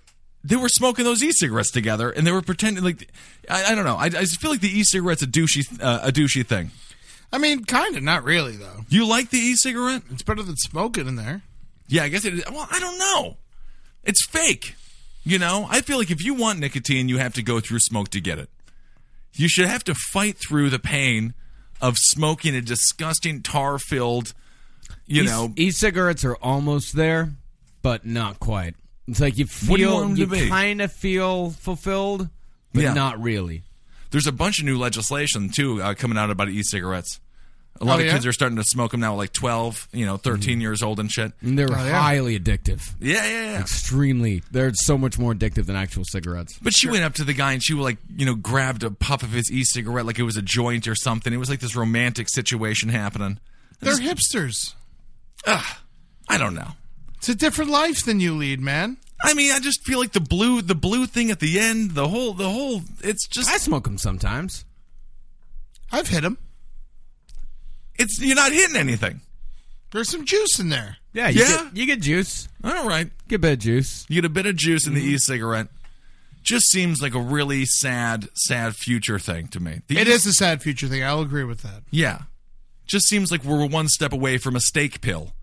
Speaker 6: they were smoking those e-cigarettes together, and they were pretending like I, I don't know. I, I just feel like the e-cigarette's a douchey uh, a douchey thing.
Speaker 8: I mean, kind of, not really though.
Speaker 6: You like the e-cigarette?
Speaker 8: It's better than smoking in there.
Speaker 6: Yeah, I guess it. Well, I don't know. It's fake. You know, I feel like if you want nicotine, you have to go through smoke to get it. You should have to fight through the pain of smoking a disgusting tar-filled, you know,
Speaker 7: e- cigarettes are almost there, but not quite. It's like you
Speaker 6: What do you
Speaker 7: feel
Speaker 6: want 'em
Speaker 7: you,
Speaker 6: to be?
Speaker 7: kind of feel fulfilled, but
Speaker 6: Yeah.
Speaker 7: not really.
Speaker 6: There's a bunch of new legislation too uh, coming out about e-cigarettes. A lot
Speaker 8: Oh,
Speaker 6: of
Speaker 8: yeah? Mm-hmm.
Speaker 6: kids are starting to smoke them now, like 12, you know, 13 years old and shit.
Speaker 7: And they're
Speaker 8: yeah.
Speaker 7: highly addictive.
Speaker 6: Yeah, yeah, yeah.
Speaker 7: Extremely. They're so much more addictive than actual cigarettes.
Speaker 6: But she went up to the guy and she like, you know, grabbed a puff of his e-cigarette like it was a joint or something. It was like this romantic situation happening.
Speaker 8: They're hipsters.
Speaker 6: I don't know.
Speaker 8: It's a different life than you lead, man.
Speaker 6: I mean, I just feel like the blue, the blue thing at the end, the whole, the whole. It's just,
Speaker 7: I smoke them sometimes.
Speaker 8: I've hit them.
Speaker 6: it's you're not hitting anything.
Speaker 8: There's some juice in there.
Speaker 7: Yeah, you,
Speaker 6: Yeah.
Speaker 7: Get, you get juice.
Speaker 6: All right,
Speaker 7: Get bad juice.
Speaker 6: you get a bit of juice in the
Speaker 8: Mm-hmm.
Speaker 6: e-cigarette. Just seems like a really sad, sad future thing to me. The
Speaker 8: It
Speaker 6: e-
Speaker 8: is a sad future thing. I'll agree with that.
Speaker 6: Yeah. Just seems like we're one step away from a steak pill.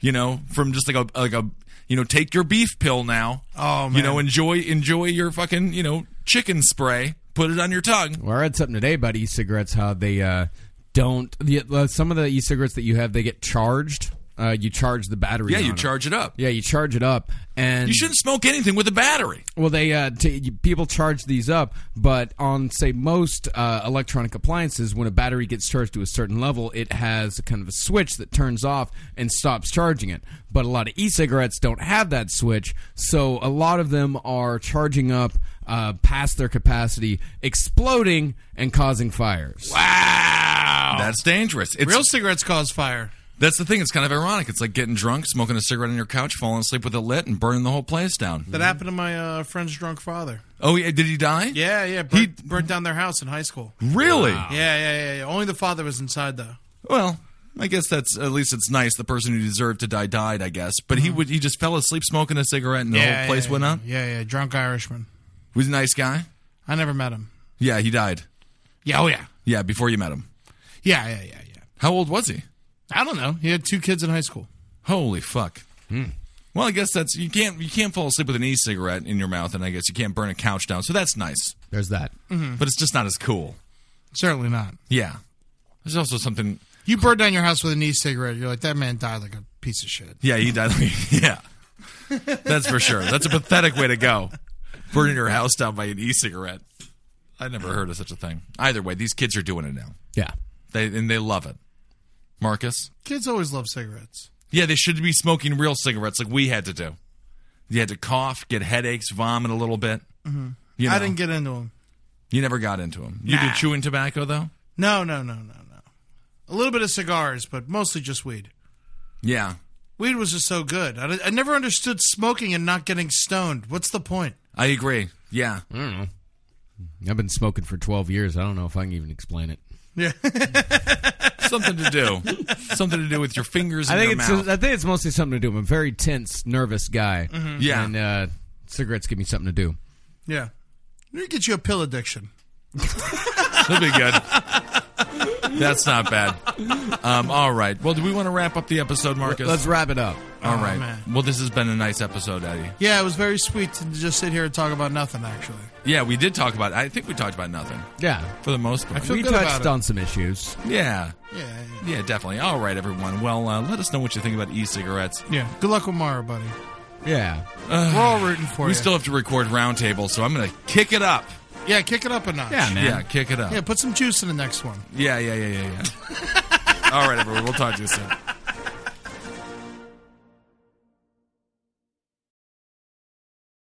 Speaker 6: You know, from just like a like a you know, take your beef pill now.
Speaker 8: Oh,
Speaker 6: You
Speaker 8: man.
Speaker 6: know, enjoy enjoy your fucking, you know, chicken spray. Put it on your tongue.
Speaker 7: Well, I read something today about e-cigarettes. How they uh, don't the, uh, some of the e-cigarettes that you have, they get charged. Uh, you charge the battery.
Speaker 6: Yeah,
Speaker 7: on
Speaker 6: you
Speaker 7: them.
Speaker 6: charge it up.
Speaker 7: Yeah, you charge it up, and
Speaker 6: You shouldn't smoke anything with a battery.
Speaker 7: Well, they uh, t- you- people charge these up, but on say most uh, electronic appliances, when a battery gets charged to a certain level, it has a kind of a switch that turns off and stops charging it. But a lot of e-cigarettes don't have that switch, so a lot of them are charging up uh, past their capacity, exploding and causing fires.
Speaker 6: That's dangerous. It's
Speaker 8: Oh. Real cigarettes cause fire.
Speaker 6: that's the thing, it's kind of ironic. It's like getting drunk, smoking a cigarette on your couch, falling asleep with it lit, and burning the whole place down.
Speaker 8: That happened to my uh, friend's drunk father.
Speaker 6: Oh yeah, did he die?
Speaker 8: Yeah, yeah. Burnt, burnt down their house in high school.
Speaker 6: Really?
Speaker 8: Yeah, yeah, yeah, yeah. Only the father was inside though.
Speaker 6: Well, I guess that's at least it's nice. The person who deserved to die died, I guess. But he would he just fell asleep smoking a cigarette, and the whole place
Speaker 8: Mm-hmm. yeah,
Speaker 6: went
Speaker 8: yeah.
Speaker 6: up.
Speaker 8: Yeah, yeah. Drunk Irishman.
Speaker 6: He was a nice guy.
Speaker 8: I never met him.
Speaker 6: Yeah, he died.
Speaker 8: Yeah, oh yeah.
Speaker 6: Yeah, before you met him.
Speaker 8: Yeah, yeah, yeah, yeah.
Speaker 6: How old was he?
Speaker 8: I don't know. He had two kids in high school.
Speaker 6: Holy fuck.
Speaker 8: Hmm.
Speaker 6: Well, I guess that's you can't you can't fall asleep with an e-cigarette in your mouth, and I guess you can't burn a couch down. So that's nice,
Speaker 7: There's that.
Speaker 8: Hmm.
Speaker 6: but it's just not as cool.
Speaker 8: Certainly not.
Speaker 6: Yeah. There's also something.
Speaker 8: You burn down your house with an e-cigarette. You're like that man died like a piece of shit.
Speaker 6: Yeah, he died. yeah, that's for sure. That's a pathetic way to go. Burning your house down by an e-cigarette. I never heard of such a thing. Either way, these kids are doing it now.
Speaker 7: Yeah.
Speaker 6: They and they love it. Marcus.
Speaker 8: Kids always love cigarettes.
Speaker 6: Yeah, they should be smoking
Speaker 7: Mm-hmm.
Speaker 6: real cigarettes like we had to do. You had to cough, get headaches, vomit a little bit. You know,
Speaker 8: I didn't get into them.
Speaker 6: you never got into them. You did chewing tobacco though.
Speaker 8: No, no, no, no, no. A little bit of cigars, but mostly just weed.
Speaker 6: Yeah,
Speaker 8: Weed was just so good. I, I never understood smoking and not getting stoned. What's the point?
Speaker 6: I agree. Yeah,
Speaker 7: Mm. I've been smoking for 12 years. I don't know if I can even explain it.
Speaker 8: Yeah.
Speaker 6: something to do, something to do with your fingers. And
Speaker 7: I think
Speaker 6: your
Speaker 7: it's
Speaker 6: mouth.
Speaker 7: I think it's mostly something to do. I'm a very tense, nervous guy.
Speaker 6: yeah.
Speaker 7: And uh, cigarettes give me something to do.
Speaker 8: yeah. Let me get you a pill addiction.
Speaker 6: That'll be good. That's not bad. Um, all right. Well, do we want to wrap up the episode, Marcus?
Speaker 7: Let's wrap it up.
Speaker 6: All right.
Speaker 8: man.
Speaker 6: well, this has been a nice episode, Eddie.
Speaker 8: Yeah, it was very sweet to just sit here and talk about nothing, actually.
Speaker 6: Yeah, we did talk about. I think we talked about nothing
Speaker 7: Yeah.
Speaker 6: for the most part.
Speaker 8: feel
Speaker 7: we
Speaker 8: good about
Speaker 7: touched
Speaker 8: it.
Speaker 7: on some issues.
Speaker 6: yeah,
Speaker 8: Yeah. yeah.
Speaker 6: yeah, definitely. All right, everyone. Well, uh, let us know what you think about e-cigarettes.
Speaker 8: Yeah. Good luck with Mara, buddy.
Speaker 7: Yeah.
Speaker 8: We're all rooting for
Speaker 6: We
Speaker 8: you.
Speaker 6: still have to record roundtable, so I'm going to kick it up.
Speaker 8: yeah, kick it up a notch.
Speaker 7: Yeah, man.
Speaker 6: Yeah, kick it up.
Speaker 8: Yeah, put some juice in the next one.
Speaker 6: Yeah, yeah, yeah, yeah, yeah. all right, everyone. We'll talk to you soon.